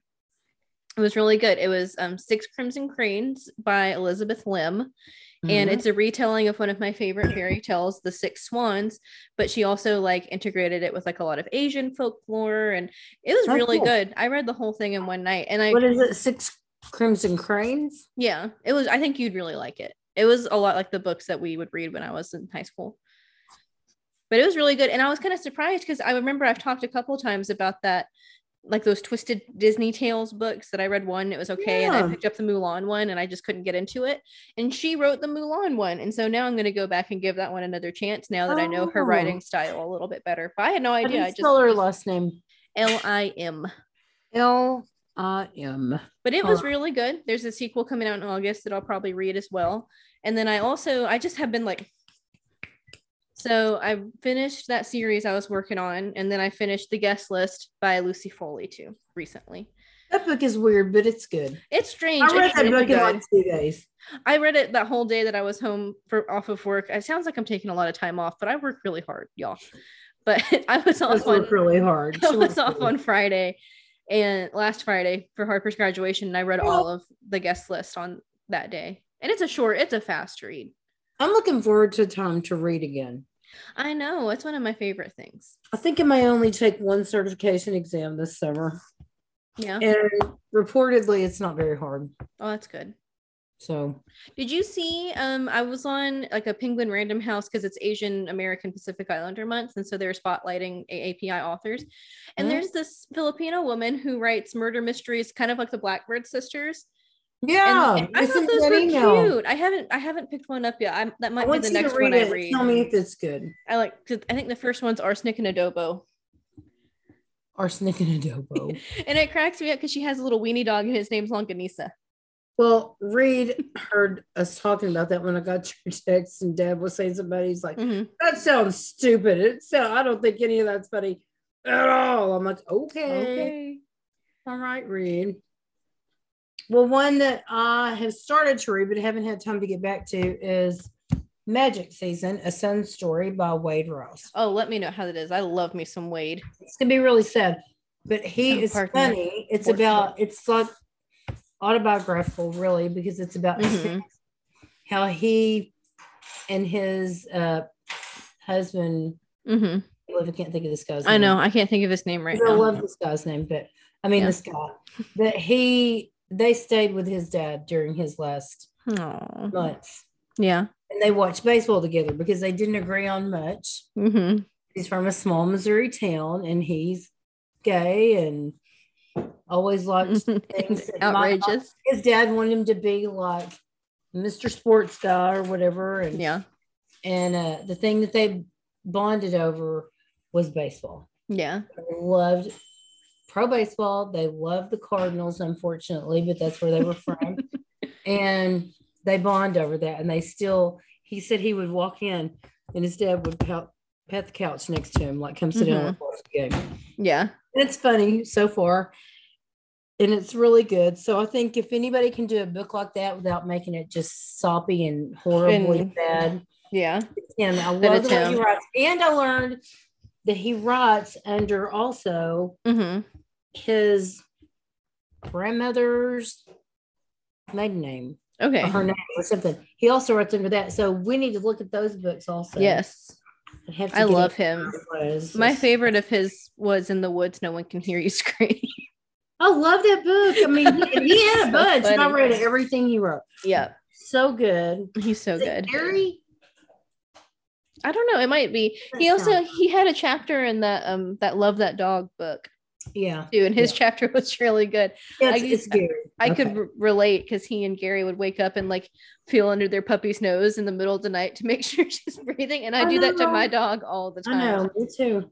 S2: It was really good. It was um, Six Crimson Cranes by Elizabeth Lim.
S3: Mm-hmm.
S2: And it's a retelling of one of my favorite fairy tales, The Six Swans. But she also like integrated it with like a lot of Asian folklore. And it was
S3: Oh,
S2: really
S3: cool.
S2: good. I read the whole thing in one night. And I,
S3: what is it? Six Crimson Cranes?
S2: yeah, it was, I think you'd really like it. It was a lot like the books that we would read when I was in high school. But it was really good. And I was kind of surprised because I remember I've talked a couple times about that, like those twisted Disney Tales books that I read one, it was okay. And
S3: Yeah.
S2: I picked up the Mulan one and I just couldn't get into it. And she wrote the Mulan one. And so now I'm going to go back and give that one another chance now that I know her
S3: Oh.
S2: writing style a little bit better. But I had no
S3: I
S2: idea. I just
S3: didn't spell her last name.
S2: L I M.
S3: L I M.
S2: but it was
S3: Huh.
S2: really good there's a sequel coming out in august that i'll probably read as well and then i also i just have been like so i finished that series i was working on and then i finished the guest list by lucy foley too recently
S3: That book is weird, but it's good.
S2: it's strange
S3: I read
S2: it's
S3: that
S2: really
S3: book in
S2: good.
S3: like two days.
S2: i read it that whole day that i was home for off of work it sounds like i'm taking a lot of time off but i work really hard y'all but i was
S3: That
S2: off on
S3: worked really hard.
S2: I
S3: She
S2: was
S3: worked
S2: off
S3: really-
S2: on Friday and last Friday for Harper's graduation. And I read all of the guest list on that day. And it's a short, it's a fast read.
S3: I'm looking forward to time to read again.
S2: I know. It's one of my favorite things.
S3: I think I may only take one certification exam this summer,
S2: Yeah.
S3: and reportedly, it's not very hard.
S2: Oh, that's good.
S3: So
S2: Did you see? Um, I was on like a Penguin Random House because it's Asian American Pacific Islander Month, and so they're spotlighting AAPI authors. And
S3: Mhm.
S2: there's this Filipino woman who writes murder mysteries, kind of like the Blackbird sisters.
S3: yeah,
S2: and I
S3: it's in
S2: thought those
S3: that
S2: were
S3: email.
S2: cute. I haven't I haven't picked one up yet. I'm, that
S3: I
S2: might be
S3: want
S2: the
S3: you to
S2: next
S3: read
S2: one I
S3: it.
S2: read.
S3: Tell me if it's good.
S2: I like. 'cause I think the first one's arsenic and adobo.
S3: arsenic and adobo.
S2: And it cracks me up because she has a little weenie dog and his name's Longanisa.
S3: well, Reed heard us talking about that when I got your text, and Deb was saying somebody. He's like,
S2: Mhm.
S3: "That sounds stupid. It sound, I don't think any of that's funny at all." I'm like, "Okay,
S2: Okay.
S3: all right, Reed." Well, one that I have started to read but haven't had time to get back to is Magic Season: A Sun Story by Wade Ross.
S2: Oh, let me know how that is. I love me some Wade.
S3: it's gonna be really sad. But he
S2: Oh,
S3: is
S2: pardon me.
S3: funny. It's
S2: Poor
S3: about it's like autobiographical, really, because it's about
S2: Mhm.
S3: how he and his uh, husband.
S2: Mhm.
S3: I can't think of this guy's.
S2: I
S3: name.
S2: know. I can't think of his name right
S3: I
S2: now.
S3: love this guy's name, but I mean
S2: Yeah.
S3: this guy. But he they stayed with his dad during his last
S2: Aw.
S3: months,
S2: Yeah.
S3: and they watched baseball together because they didn't agree on much.
S2: hmm
S3: he's from a small Missouri town and he's gay and always likes
S2: Mm-hmm.
S3: things that might not-
S2: Outrageous.
S3: his dad wanted him to be like Mr. Sports Guy or whatever. And
S2: Yeah.
S3: and uh, the thing that they bonded over was baseball.
S2: Yeah.
S3: They loved pro baseball. They loved the Cardinals, unfortunately, but that's where they were from. and they bond over that. And they still, he said he would walk in and his dad would pat, pat the couch next to him, like, come sit
S2: Mm-hmm.
S3: down and watch the game. And
S2: Yeah.
S3: it's funny so far. And it's really good. So I think if anybody can do a book like that without making it just soppy and horribly
S2: And-
S3: bad,
S2: Yeah.
S3: him. I
S2: That
S3: love
S2: it's
S3: the way he
S2: him.
S3: writes. And I learned that he writes under also
S2: hmm
S3: his grandmother's maiden name
S2: Okay.
S3: or her name or something. He also writes under that. So we need to look at those books also.
S2: Yes.
S3: I, have to
S2: I
S3: get
S2: love
S3: it.
S2: him.
S3: What is
S2: My
S3: this?
S2: favorite of his was In the Woods, No One Can Hear You Scream.
S3: I love that book. I mean, he, he had a
S2: So
S3: bunch, and I
S2: funny.
S3: read everything he wrote.
S2: yep.
S3: So good.
S2: He's so
S3: Is it
S2: good.
S3: Gary?
S2: I don't know. It might be. He
S3: That's
S2: also
S3: not-
S2: he had a chapter in that um that Love That Dog book
S3: Yeah.
S2: too, and his chapter was really good.
S3: Yeah, it's,
S2: I-
S3: it's Gary.
S2: I
S3: Okay.
S2: could r- relate because he and Gary would wake up and like feel under their puppy's nose in the middle of the night to make sure she's breathing, and I,
S3: I
S2: do that to
S3: know.
S2: my dog all the time.
S3: I know, me too.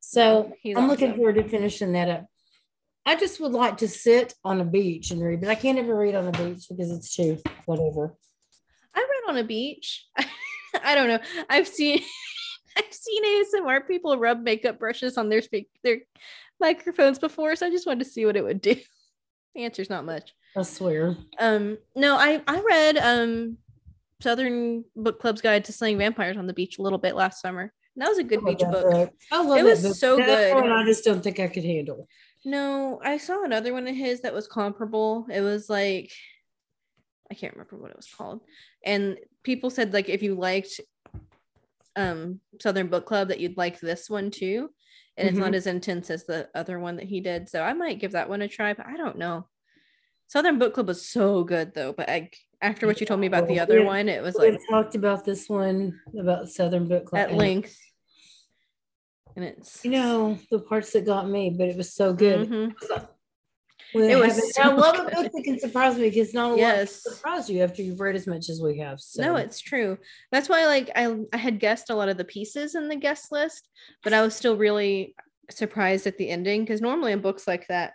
S3: So
S2: He's
S3: I'm looking
S2: awesome.
S3: forward to finishing that up. I just would like to sit on a beach and read, but I can't ever read on the beach because it's too whatever.
S2: I read on a beach. I don't know. I've seen I've seen ASMR people rub makeup brushes on their speak their microphones before, so I just wanted to see what it would do. The answer's not much.
S3: I swear.
S2: Um, no, I I read um Southern Book Club's Guide to Slaying Vampires on the Beach a little bit last summer. And that was a good beach
S3: I love
S2: book.
S3: that book. I love
S2: It
S3: that
S2: was
S3: book.
S2: so
S3: That's
S2: good.
S3: one I just don't think I could handle.
S2: No, I saw another one of his that was comparable. It was like I can't remember what it was called. And people said like if you liked um Southern Book Club that you'd like this one too. And it's
S3: Mm-hmm.
S2: not as intense as the other one that he did. So I might give that one a try, but I don't know. Southern Book Club was so good though, but I, after what you told me about the
S3: Yeah.
S2: other one, it was like
S3: We've talked about this one about Southern Book Club
S2: at
S3: and,
S2: length. And it's
S3: You know the parts that got me, but it was so good.
S2: Mhm.
S3: When
S2: Mm-hmm. It was
S3: happened-
S2: so
S3: I love a
S2: good.
S3: book that can surprise me because not a lot can
S2: Yes.
S3: surprise you after you've read as much as we have. So.
S2: No, it's true. That's why like I I had guessed a lot of the pieces in the guest list, but I was still really surprised at the ending because normally in books like that,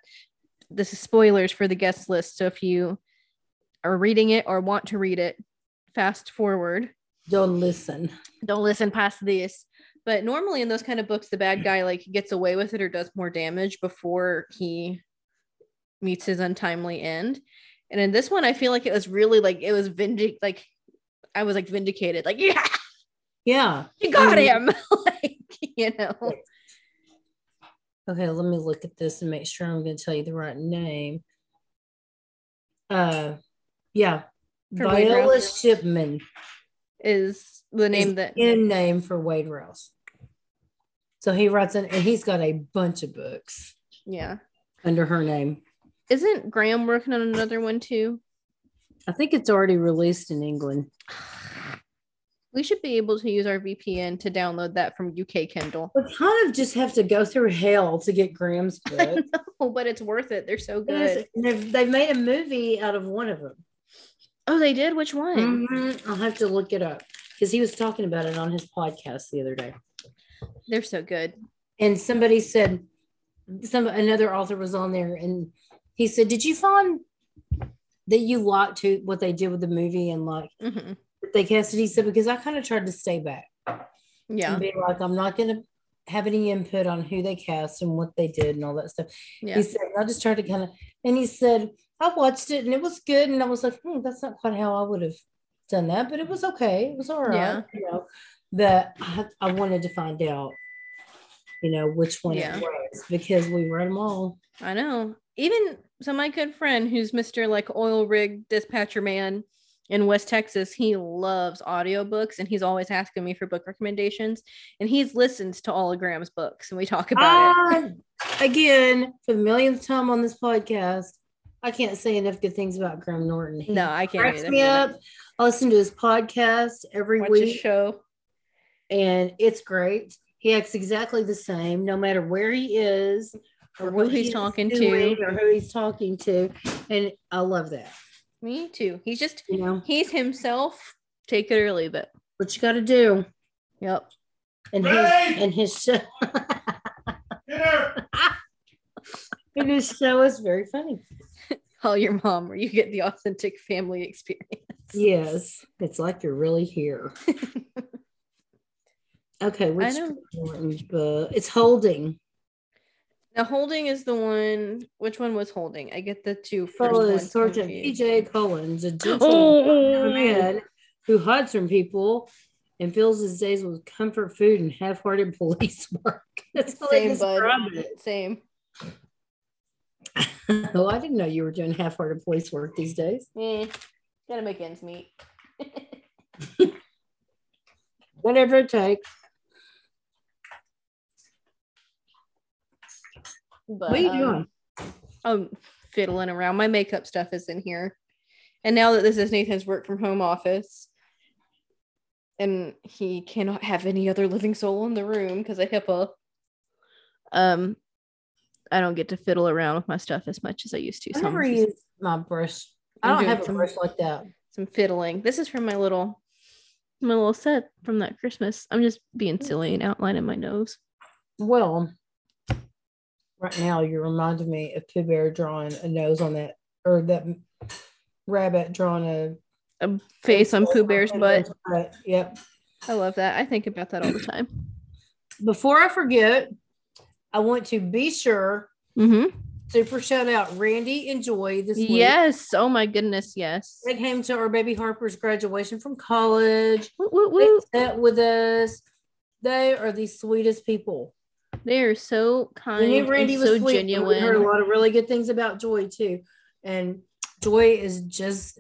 S2: this is spoilers for the guest list. So if you are reading it or want to read it, fast forward.
S3: don't listen.
S2: Don't listen past this. But normally in those kind of books, the bad guy like gets away with it or does more damage before he meets his untimely end. And in this one, I feel like it was really like it was vindic like I was like vindicated, like yeah,
S3: Yeah.
S2: you got
S3: Mhm.
S2: him. like, you know.
S3: Okay, let me look at this and make sure I'm going to tell you the right name. Uh, yeah,
S2: For Wade
S3: Viola
S2: Rouse.
S3: Shipman.
S2: Is the name
S3: is
S2: that
S3: in name for Wade Rouse. So he writes in, and he's got a bunch of books
S2: yeah.
S3: under her name.
S2: Isn't Graham working on another one too?
S3: I think it's already released in England.
S2: We should be able to use our VPN to download that from UK Kindle.
S3: We kind of just have to go through hell to get Graham's book.
S2: Oh, but it's worth it. They're so good.
S3: Yes, and they've, they've made a movie out of one of them.
S2: Oh, they did? Which one?
S3: Mhm. I'll have to look it up because he was talking about it on his podcast the other day.
S2: They're so good.
S3: and somebody said some another author was on there and he said did you find that you liked to what they did with the movie and like
S2: Mhm.
S3: they cast it he said because i kind of tried to stay back
S2: Yeah.
S3: and be like i'm not going to have any input on who they cast and what they did and all that stuff
S2: Yeah.
S3: he said i just tried to kind of and he said i watched it and it was good and i was like hmm, that's not quite how i would have done that but it was okay it was all right
S2: Yeah.
S3: you know that I, I wanted to find out you know which one
S2: Yeah.
S3: it was because we read them all
S2: I know. Even so, my good friend, who's Mister like oil rig dispatcher man in West Texas, he loves audiobooks, and he's always asking me for book recommendations. And he's listened to all of Graham's books, and we talk about it.
S3: I, again for the millionth time on this podcast i can't say enough good things about graham norton he
S2: No, I can't.
S3: Oh, cracks
S2: Either.
S3: me up i listen to his podcast every
S2: Watch his
S3: week
S2: show.
S3: and it's great. He acts exactly the same, no matter where he is
S2: Or who
S3: what
S2: he's
S3: he is
S2: talking
S3: doing
S2: to.
S3: or who he's talking to, and I love that.
S2: Me too. He's just
S3: You know
S2: he's himself. Take it or leave it.
S3: what you got to do,
S2: Yep.
S3: and his
S5: Right.
S3: and his show,
S5: Dinner!
S3: and his show is very funny.
S2: Call your mom, or you get the authentic family experience.
S3: Yes, it's like you're really here. okay, which
S2: know.
S3: Norton book? It's holding.
S2: Now, holding is the one. Which one was holding? I get the two first
S3: Follow
S2: ones
S3: Sergeant
S2: confused.
S3: P.J. Collins, a gentleman. a
S2: Oh,
S3: man who hides from people and fills his days with comfort food and half-hearted police work. That's how they
S2: Same, bud.
S3: describe it.
S2: same.
S3: Oh, I didn't know you were doing half-hearted police work these days.
S2: Eh, gotta make ends meet.
S3: Whatever it takes.
S2: But,
S3: What are you
S2: um,
S3: doing?
S2: I'm fiddling around. My makeup stuff is in here, and now that this is Nathan's work from home office, and he cannot have any other living soul in the room because of HIPAA. Um, I don't get to fiddle around with my stuff as much as I used to.
S3: I
S2: so I'm
S3: never
S2: just-
S3: use my brush. I
S2: I'm
S3: don't
S2: doing
S3: have a
S2: some-
S3: brush like that.
S2: some fiddling. This is from my little my little set from that Christmas. I'm just being
S3: Mm.
S2: silly and outlining my nose.
S3: Well, right now you reminded me of Pooh Bear drawing a nose on that, or that rabbit drawing a
S2: A face on Pooh Bear's
S3: Pooh
S2: butt.
S3: butt. Yep.
S2: I love that. I think about that all the time.
S3: before I forget, I want to be sure
S2: Mm-hmm.
S3: super shout out Randy and Joy this week.
S2: Yes. Oh my goodness. Yes.
S3: They came to our baby Harper's graduation from college.
S2: Woot, woot,
S3: They
S2: woot.
S3: sat with us. They are the sweetest people.
S2: They are so kind
S3: We knew Randy
S2: and
S3: was
S2: so
S3: sweet. and We heard a
S2: genuine.
S3: lot of really good things about Joy too. And Joy is just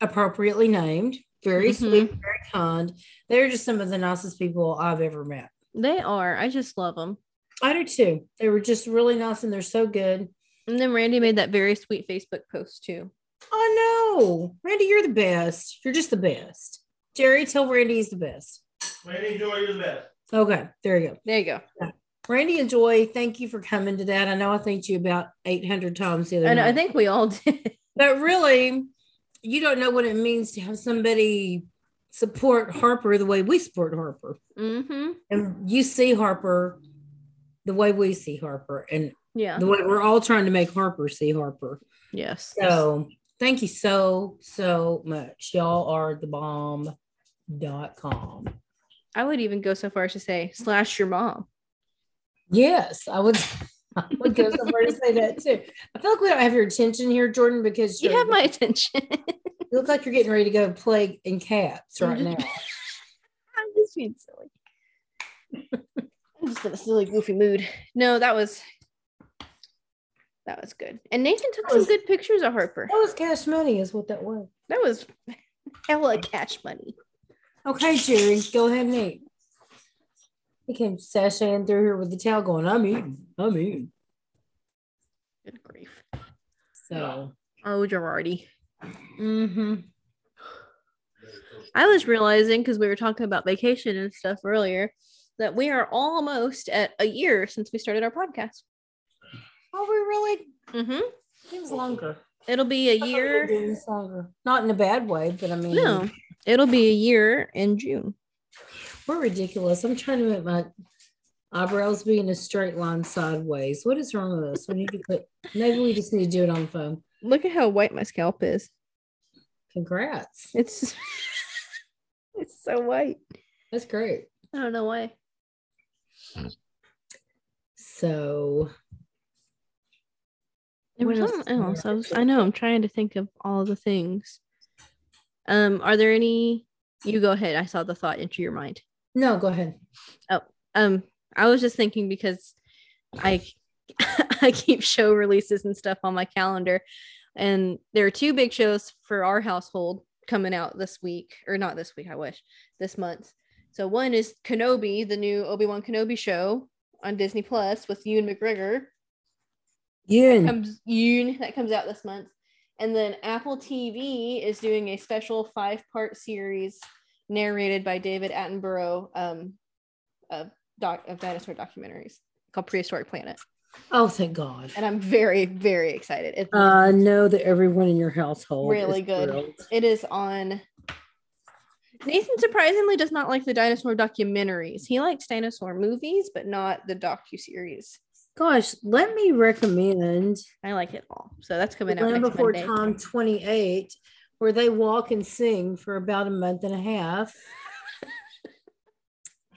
S3: appropriately named, very
S2: Mhm.
S3: sweet, very kind. They're just some of the nicest people I've ever met.
S2: They are. I just love them.
S3: I do too. They were just really nice and they're so good.
S2: And then Randy made that very sweet Facebook post too.
S3: Oh no, Randy, you're the best. You're just the best. Jerry, tell Randy he's the best.
S5: Randy, enjoy your best.
S3: Okay, there you go.
S2: There you go.
S3: Randy and Joy, thank you for coming to that. I know I thanked you about 800 times the other
S2: And
S3: night.
S2: I think we all did.
S3: but really, you don't know what it means to have somebody support Harper the way we support Harper.
S2: Mm-hmm.
S3: And you see Harper the way we see Harper and
S2: Yeah.
S3: the way we're all trying to make Harper see Harper.
S2: Yes.
S3: So thank you so, so much. Y'all are the bomb.com.
S2: I would even go so far as to say slash your mom.
S3: Yes, I would. I would go somewhere to say that too. I feel like we don't have your attention here, Jordan, because
S2: You
S3: you're-
S2: have my attention.
S3: you look like you're getting ready to go play in cats right now.
S2: I'm just being silly. I'm just in a silly, goofy mood. No, that was that was good. And Nathan took
S3: That
S2: some
S3: was-
S2: good pictures of Harper.
S3: That was cash money, is what that was.
S2: That was hella cash money.
S3: Okay, Jerry, go ahead and eat. He came sashaying through here with the towel going, I'm eating, I'm eating.
S2: Good grief.
S3: So,
S2: Oh, Gerardi.
S3: mm-hmm.
S2: I was realizing because we were talking about vacation and stuff earlier that we are almost at a year since we started our podcast.
S3: Oh, we really,
S2: Mm-hmm. Oh,
S3: it was longer.
S2: It'll be a
S3: I thought we were
S2: year.
S3: doing this longer. Not in a bad way, but I mean,
S2: No, it'll be a year in June.
S3: we're ridiculous. I'm trying to make my Eyebrows be in a straight line sideways. What is wrong with us? We need to put. Maybe we just need to do it on the phone.
S2: Look at how white my scalp is.
S3: Congrats.
S2: It's it's so white.
S3: That's great.
S2: I don't know why.
S3: So
S2: There was
S3: What
S2: something
S3: else
S2: else.
S3: is there?
S2: I, was, I know. I'm trying to think of all the things. Um, are there any? You go ahead. I saw the thought into your mind.
S3: no, go ahead.
S2: Um, I was just thinking because I I keep show releases and stuff on my calendar, and there are two big shows for our household coming out this week, or not this week. I wish this month. So one is Kenobi, the new Obi Wan Kenobi show on Disney Plus with Ewan McGregor
S3: You
S2: comes Yoon that comes out this month. And then Apple TV is doing a special five part series narrated by David Attenborough um, of, doc- of dinosaur documentaries called Prehistoric Planet.
S3: Oh, thank God.
S2: And I'm very, very excited. It,
S3: I Uh, know that everyone in your household is
S2: Really good.
S3: thrilled.
S2: it is on. Nathan surprisingly does not like the dinosaur documentaries. He likes dinosaur movies, but not the docu series.
S3: Gosh, let me recommend
S2: I like it all. So that's coming out
S3: Land
S2: next
S3: Before
S2: Monday.
S3: Time 28, where they walk and sing for about a month and a half.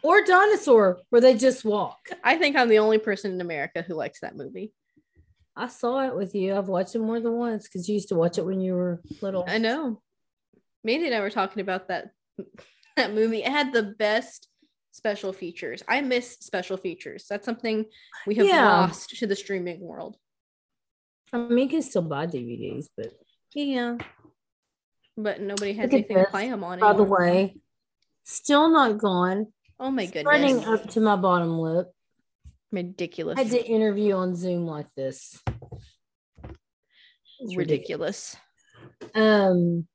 S3: or Dinosaur, where they just walk.
S2: I think I'm the only person in America who likes that movie.
S3: I saw it with you. I've watched it more than once because you used to watch it when you were little.
S2: I know. Mandy and I were talking about that that movie. It had the best special features. I miss special features. That's something we have
S3: Yeah.
S2: lost to the streaming world.
S3: I mean, you can still buy DVDs, but
S2: Yeah. But nobody has
S3: Look at
S2: anything to
S3: this,
S2: play them on.
S3: by the
S2: anymore.
S3: way, still not gone.
S2: oh my
S3: Spreading
S2: goodness,
S3: up to my bottom lip.
S2: ridiculous,
S3: I had to interview on Zoom like this. It's
S2: ridiculous.
S3: Um,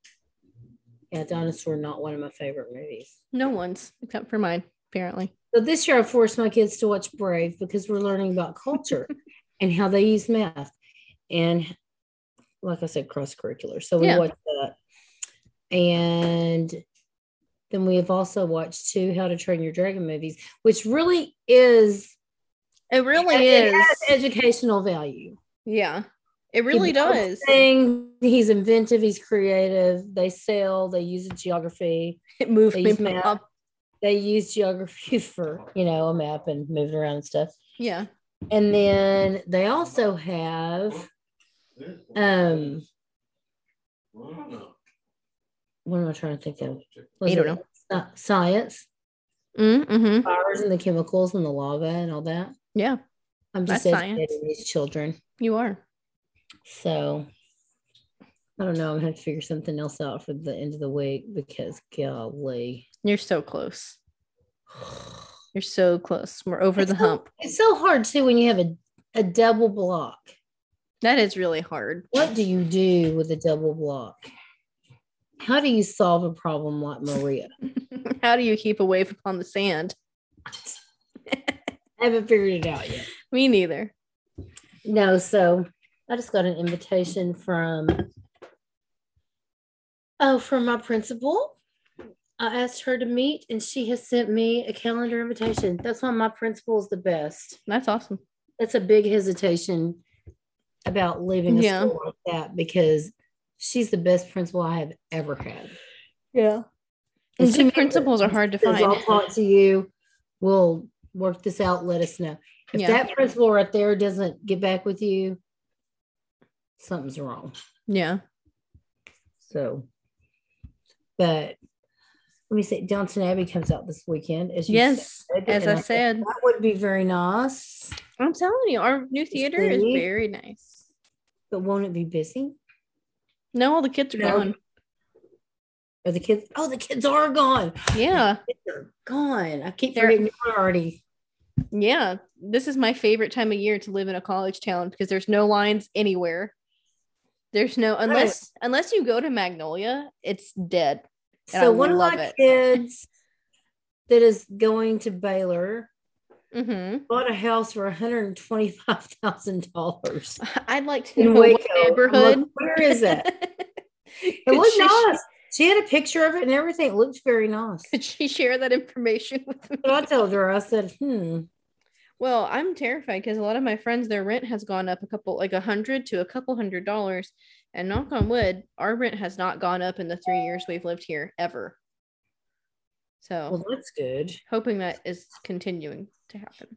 S3: yeah, Dinosaur, not one of my favorite movies.
S2: No one's except for mine, apparently.
S3: So this year I forced my kids to watch Brave because we're learning about culture and how they use math. And like I said, cross curricular. So we
S2: Yeah.
S3: watched that. And then we have also watched two How to Train Your Dragon movies, which really is
S2: It really
S3: it
S2: is.
S3: has educational value.
S2: yeah, it really does.
S3: Thing. He's inventive. He's creative. They sell. They use geography.
S2: It moved
S3: These
S2: me
S3: men-
S2: up.
S3: They use geography for you know a map and moving around and stuff.
S2: Yeah,
S3: And then they also have um. What am I trying to think of? Was
S2: You don't
S3: it sci- Science,
S2: mm-hmm.
S3: fires and the chemicals and the lava and all that.
S2: yeah,
S3: I'm just
S2: That's
S3: educating these children.
S2: you are.
S3: So I don't know. I'm gonna have to figure something else out for the end of the week because golly.
S2: You're so close. You're so close. We're over
S3: It's
S2: the
S3: so-
S2: hump.
S3: It's so hard too when you have a, a double block.
S2: That is really hard.
S3: What do you do with a double block? How do you solve a problem like Maria?
S2: How do you keep a wave upon the sand?
S3: I haven't figured it out yet.
S2: Me neither.
S3: No, so I just got an invitation from oh from my principal. I asked her to meet and she has sent me a calendar invitation. That's why my principal is the best.
S2: That's awesome.
S3: that's a big hesitation about leaving a
S2: Yeah.
S3: school like that because she's the best principal I have ever had.
S2: Yeah.
S3: And she
S2: Good
S3: made
S2: principles are hard to
S3: Says, I'll
S2: find.
S3: talk to you. We'll work this out. Let us know. If
S2: Yeah.
S3: that principal right there doesn't get back with you, something's wrong.
S2: Yeah.
S3: So, but let me see. Downton Abbey comes out this weekend. As you
S2: Yes.
S3: said,
S2: As
S3: and
S2: I said,
S3: that would be very nice.
S2: I'm telling you, our new theater is
S3: see?
S2: very nice.
S3: But won't it be busy?
S2: No, all the kids are
S3: No.
S2: gone.
S3: Are the kids? Oh, the kids are gone.
S2: Yeah.
S3: They're gone. I keep
S2: They're-
S3: forgetting you're already.
S2: Yeah. This is my favorite time of year to live in a college town because there's no lines anywhere. There's no unless unless you go to Magnolia, it's dead. And I
S3: So one of
S2: love
S3: my
S2: it.
S3: kids that is going to Baylor
S2: Mm-hmm.
S3: bought a house for one hundred twenty five thousand dollars
S2: I'd like to
S3: in
S2: know
S3: Waco.
S2: what
S3: I'm like,
S2: neighborhood.
S3: Where is that? It
S2: Could
S3: was
S2: she-
S3: nice. She had a picture of it and everything. It looked very nice.
S2: Could she share that information with me?
S3: But I told her, I said, "Hmm,
S2: Well, I'm terrified because a lot of my friends, their rent has gone up a couple, like a hundred to a couple hundred dollars. And knock on wood, our rent has not gone up in the three years we've lived here ever. So
S3: Well, that's good.
S2: hoping that is continuing to happen.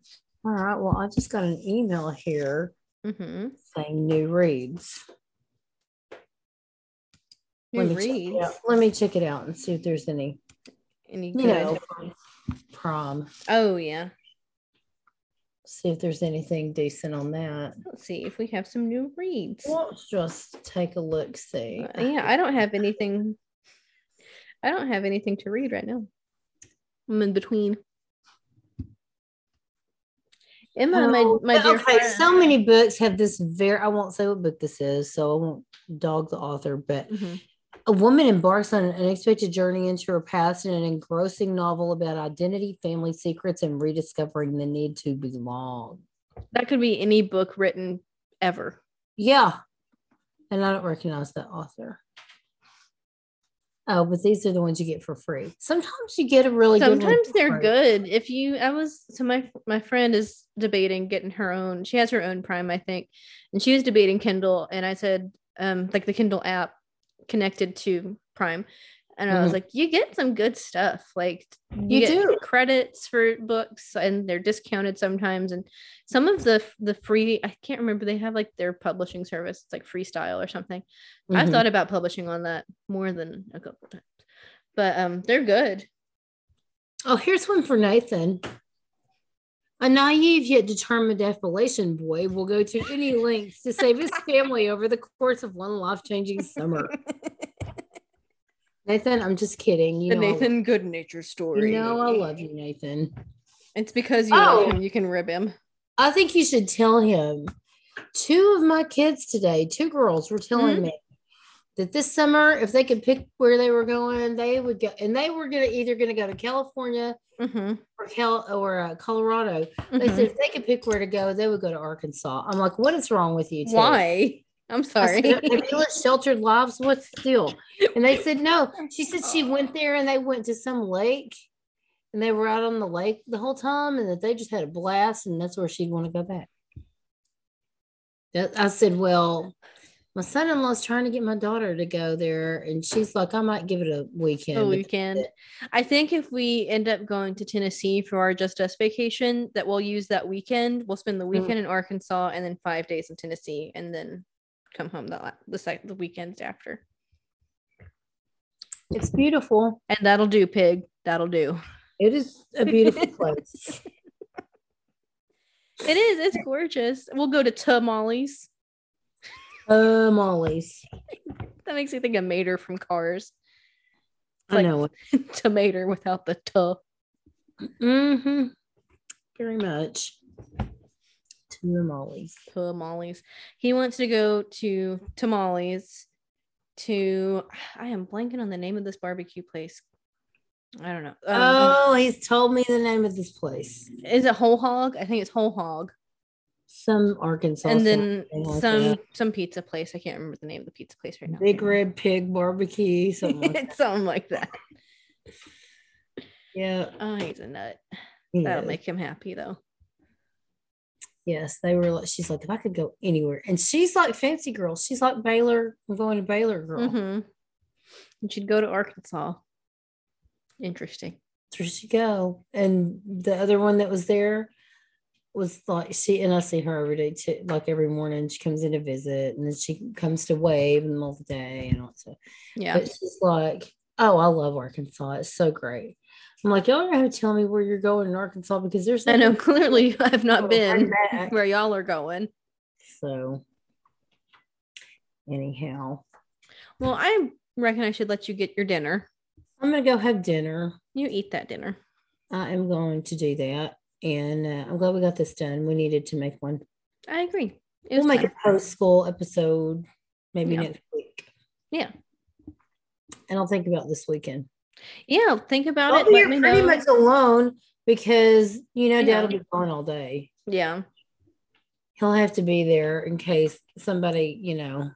S3: All right. Well, I just got an email here
S2: Mm-hmm.
S3: saying new reads.
S2: New
S3: me check it
S2: reads.
S3: out. Let me check it out and see if there's any.
S2: Any good?
S3: You know, prom.
S2: Oh yeah.
S3: See if there's anything decent on that.
S2: Let's see if we have some new reads.
S3: Let's just take a look. See.
S2: Uh, yeah, I don't have anything. I don't have anything to read right now. I'm in between. Emma,
S3: Oh,
S2: my my dear
S3: okay,
S2: friend.
S3: so many books have this very. I won't say what book this is, so I won't dog the author. But
S2: Mhm.
S3: a woman embarks on an unexpected journey into her past in an engrossing novel about identity, family secrets, and rediscovering the need to belong.
S2: that could be any book written ever.
S3: Yeah, and I don't recognize that author. Oh, but these are the ones you get for free. Sometimes you get a really good. one
S2: Sometimes
S3: for
S2: they're
S3: free.
S2: good. If you, I was so my my friend is debating getting her own. She has her own Prime, I think, and she was debating Kindle. And I said, um, like the Kindle app connected to Prime, and I was
S3: Mhm.
S2: like, you get some good stuff. Like you,
S3: You
S2: get
S3: do.
S2: credits for books, and they're discounted sometimes. And some of the the free, I can't remember. They have like their publishing service. It's like Freestyle or something. I've
S3: Mhm.
S2: thought about publishing on that more than a couple times, but um, they're good.
S3: Oh, here's one for Nathan. A naive yet determined Appalachian boy will go to any lengths to save his family over the course of one life changing summer. Nathan, I'm just kidding. You
S2: the
S3: know, I-
S2: Nathan Good Nature story.
S3: you know, I love you, Nathan.
S2: It's because you love
S3: Oh.
S2: him. You can rib him.
S3: I think you should tell him. Two of my kids today, two girls, were telling
S2: Mm-hmm.
S3: me that this summer, if they could pick where they were going, they would go, and they were gonna either gonna go to California
S2: hmm
S3: or Cal or uh, Colorado. They
S2: mm-hmm.
S3: said if they could pick where to go, they would go to Arkansas. I'm like, what is wrong with you? Two?
S2: Why? I'm
S3: I
S2: sorry.
S3: said, Have you lived sheltered lives? What's the deal? And they said no. She said she went there and they went to some lake and they were out on the lake the whole time and that they just had a blast and that's where she'd want to go back. That- I said, Well, my son in law's trying to get my daughter to go there and she's like, I might give it a weekend.
S2: The
S3: but
S2: weekend. Oh, I think if we end up going to Tennessee for our Just Us vacation, that we'll use that weekend. We'll spend the
S3: Mm.
S2: weekend in Arkansas and then five days in Tennessee, and then come home the la- the sec- the weekends after.
S3: It's beautiful.
S2: And that'll do, pig. That'll do.
S3: It is a beautiful place.
S2: It is. It's gorgeous. We'll go to tamales.
S3: Uh, Molly's.
S2: That makes me think of Mater from Cars.
S3: I
S2: Like-
S3: know it.
S2: Tomater without the tuh.
S3: Mm-hmm. Very much. Tamales.
S2: tamales. He wants to go to tamales to I am blanking on the name of this barbecue place. I don't know. Um,
S3: Oh, he's told me the name of this place.
S2: Is it whole hog? I think it's whole hog.
S3: Some Arkansas.
S2: and then
S3: something like
S2: some
S3: that.
S2: some pizza place. I can't remember the name of the pizza place right now.
S3: big red pig barbecue. Something like that.
S2: it's something like that.
S3: Yeah.
S2: Oh, he's a nut.
S3: he
S2: That'll
S3: is.
S2: make him happy though.
S3: yes, they were like, she's like, if I could go anywhere. And she's like fancy girl. She's like Baylor. I'm going to Baylor girl.
S2: Mm-hmm. You should go to Arkansas. Interesting.
S3: That's where she go. And the other one that was there was like she and I see her every day too. Like every morning, she comes in to visit, and then she comes to wave in the middle of the day and all that. stuff.
S2: Yeah.
S3: But she's like, "Oh, I love Arkansas. It's so great." I'm like, "Y'all gotta tell me where you're going in Arkansas because there's
S2: I know
S3: nothing
S2: clearly I've
S3: to
S2: not
S3: run
S2: been
S3: Oh, back."
S2: where y'all are going.
S3: So, anyhow,
S2: Well, I reckon I should let you get your dinner.
S3: I'm gonna go have dinner.
S2: You eat that dinner.
S3: I am going to do that, and uh, I'm glad we got this done. We needed to make one.
S2: I agree. It was
S3: We'll make
S2: fun.
S3: a post school episode maybe
S2: Yeah.
S3: next week.
S2: Yeah.
S3: And I'll think about this weekend.
S2: yeah, think about
S3: I'll
S2: it.
S3: be
S2: Let me
S3: here pretty
S2: know.
S3: much alone because you know
S2: Yeah.
S3: Dad'll be gone all day.
S2: yeah.
S3: He'll have to be there in case somebody, you know,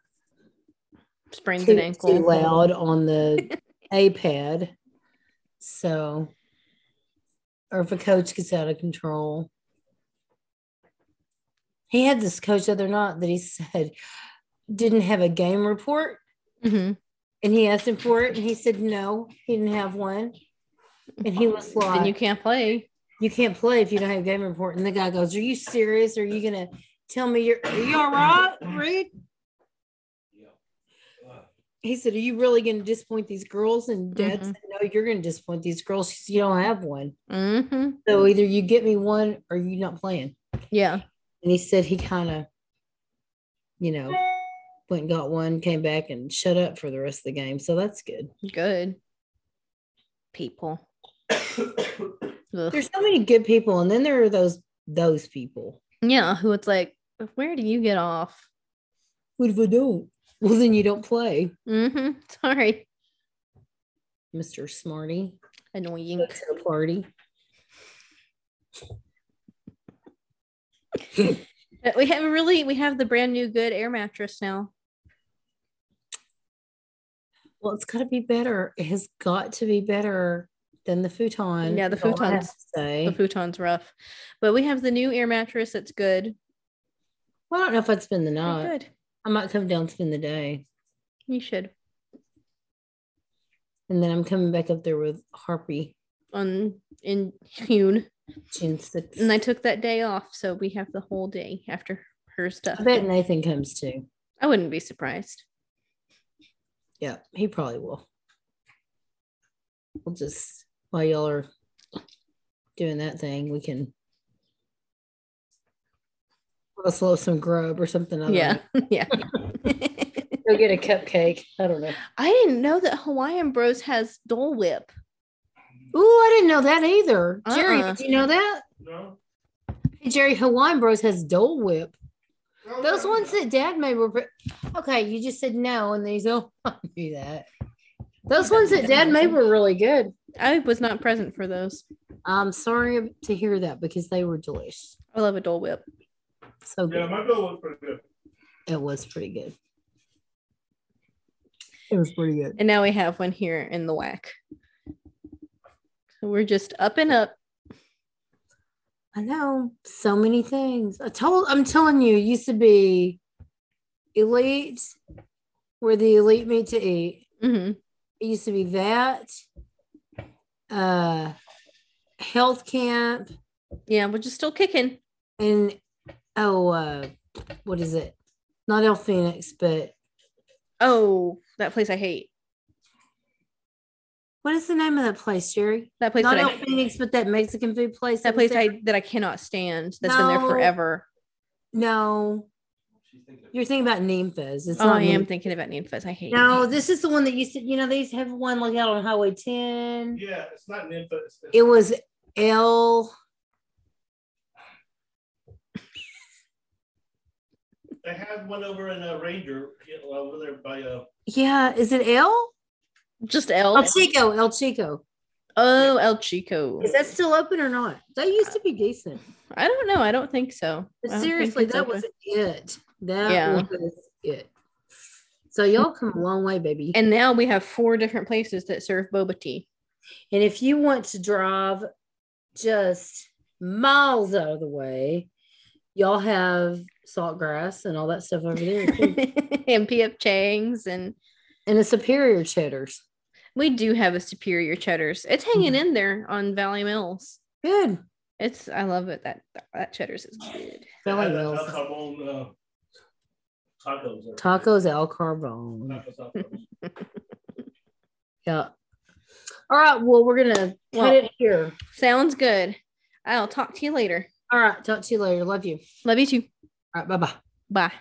S2: Sprains an
S3: too,
S2: ankle.
S3: too loud on the A pad. So or if a coach gets out of control. He had this coach the other night that he said didn't have a game report,
S2: Mm-hmm.
S3: and he asked him for it, and he said no, he didn't have one, and he was like,
S2: Then you can't play.
S3: you can't play if you don't have a game report. And the guy goes, Are you serious? Are you gonna tell me you're are you all right, Reed? He said, Are you really gonna disappoint these girls? And dad
S2: Mhm.
S3: said, No, you're gonna disappoint these girls. She said, You don't have one.
S2: Mm-hmm.
S3: So either you get me one or you're not playing.
S2: Yeah.
S3: And he said he kind of, you know, went and got one, came back and shut up for the rest of the game. So that's good.
S2: Good. People. Ugh.
S3: There's so many good people, and then there are those those people.
S2: Yeah, who it's like, where do you get off?
S3: What if I don't? Well, then you don't play.
S2: Mm-hmm. Sorry.
S3: Mr. Smarty
S2: Annoying.
S3: go to the party.
S2: But we have really we have the brand new good air mattress now.
S3: Well, it's got to be better. It has got to be better than the futon.
S2: Yeah, the
S3: is all I have
S2: futon's-
S3: to Say.
S2: The futon's rough. But we have the new air mattress that's good.
S3: well, I don't know if I'd spend the
S2: Pretty
S3: night.
S2: good.
S3: I might come down and spend the day,
S2: You should.
S3: and then I'm coming back up there with Harpy
S2: On in June.
S3: June sixth.
S2: And I took that day off, so we have the whole day after her stuff.
S3: I bet Nathan comes too.
S2: I wouldn't be surprised.
S3: Yeah, he probably will. We'll just while y'all are doing that thing, we can. Let's love some grub or something. I don't
S2: Yeah. yeah.
S3: know. Go get a cupcake. I don't know.
S2: I didn't know that Hawaiian Bros has Dole Whip.
S3: Ooh, I didn't know that either. Jerry,
S2: Uh-uh.
S3: did you know that?
S5: No.
S3: Hey, Jerry, Hawaiian Bros has Dole Whip. Those ones that Dad made were pre- okay. You just said no, and then he's oh, I knew that. Those ones that Dad made were really good.
S2: I was not present for those.
S3: I'm sorry to hear that because they were delicious.
S2: I love a Dole Whip.
S3: So
S5: Yeah,
S3: good.
S5: my bill was pretty good.
S3: It was pretty good. It was pretty good.
S2: And now we have one here in the whack. So we're just up and up.
S3: I know so many things. I told I'm telling you, it used to be elite where the elite meet to eat.
S2: Mhm.
S3: it used to be that uh health camp
S2: Yeah, we're just still kicking.
S3: and oh uh what is it not el phoenix but
S2: Oh, that place I hate.
S3: what is the name of that place jerry
S2: That place
S3: not
S2: that
S3: el
S2: I
S3: phoenix but that mexican food place
S2: that
S3: was
S2: place
S3: there?
S2: I that I cannot stand. That's been there
S3: No.
S2: forever.
S3: no you're thinking about Nemphas. It's
S2: Oh,
S3: not
S2: I am
S3: Nympha's.
S2: thinking about Ninfas. I hate.
S3: No,
S2: it.
S3: this is the one that used to, you know, they used to have one like out on Highway 10.
S5: Yeah, it's not an infant. It's, it's,
S3: It was L.
S5: they had one over in uh, Ranger you know, over there by uh,
S3: Yeah, is it L?
S2: just El.
S3: El Chico, El Chico.
S2: oh, El Chico.
S3: Is that still open or not? That used to be decent.
S2: I don't know. I don't think so. I
S3: But
S2: don't think
S3: seriously,
S2: it's
S3: that
S2: open.
S3: was it. That
S2: Yeah.
S3: was it. So y'all come a long way, baby. And,
S2: And now we have four different places that serve boba tea.
S3: if you want to drive just miles out of the way, y'all have salt grass and all that stuff over there. too.
S2: and P.F. Chang's and
S3: and the superior cheddars.
S2: we do have a superior cheddars. It's hanging
S3: Mm-hmm.
S2: in there on Valley Mills.
S3: Good.
S2: It's I love it. That that cheddars is good.
S5: they
S3: Valley
S5: had, uh,
S3: Mills.
S5: El Carbon, uh, tacos. or-
S3: Tacos al carbone.
S5: Tacos, tacos.
S3: Yeah. All right. Well, we're gonna cut
S2: Well-
S3: it here.
S2: Sounds good. I'll talk to you later.
S3: All right. Talk to you later. Love you.
S2: Love you too.
S3: All right. Bye bye.
S2: Bye.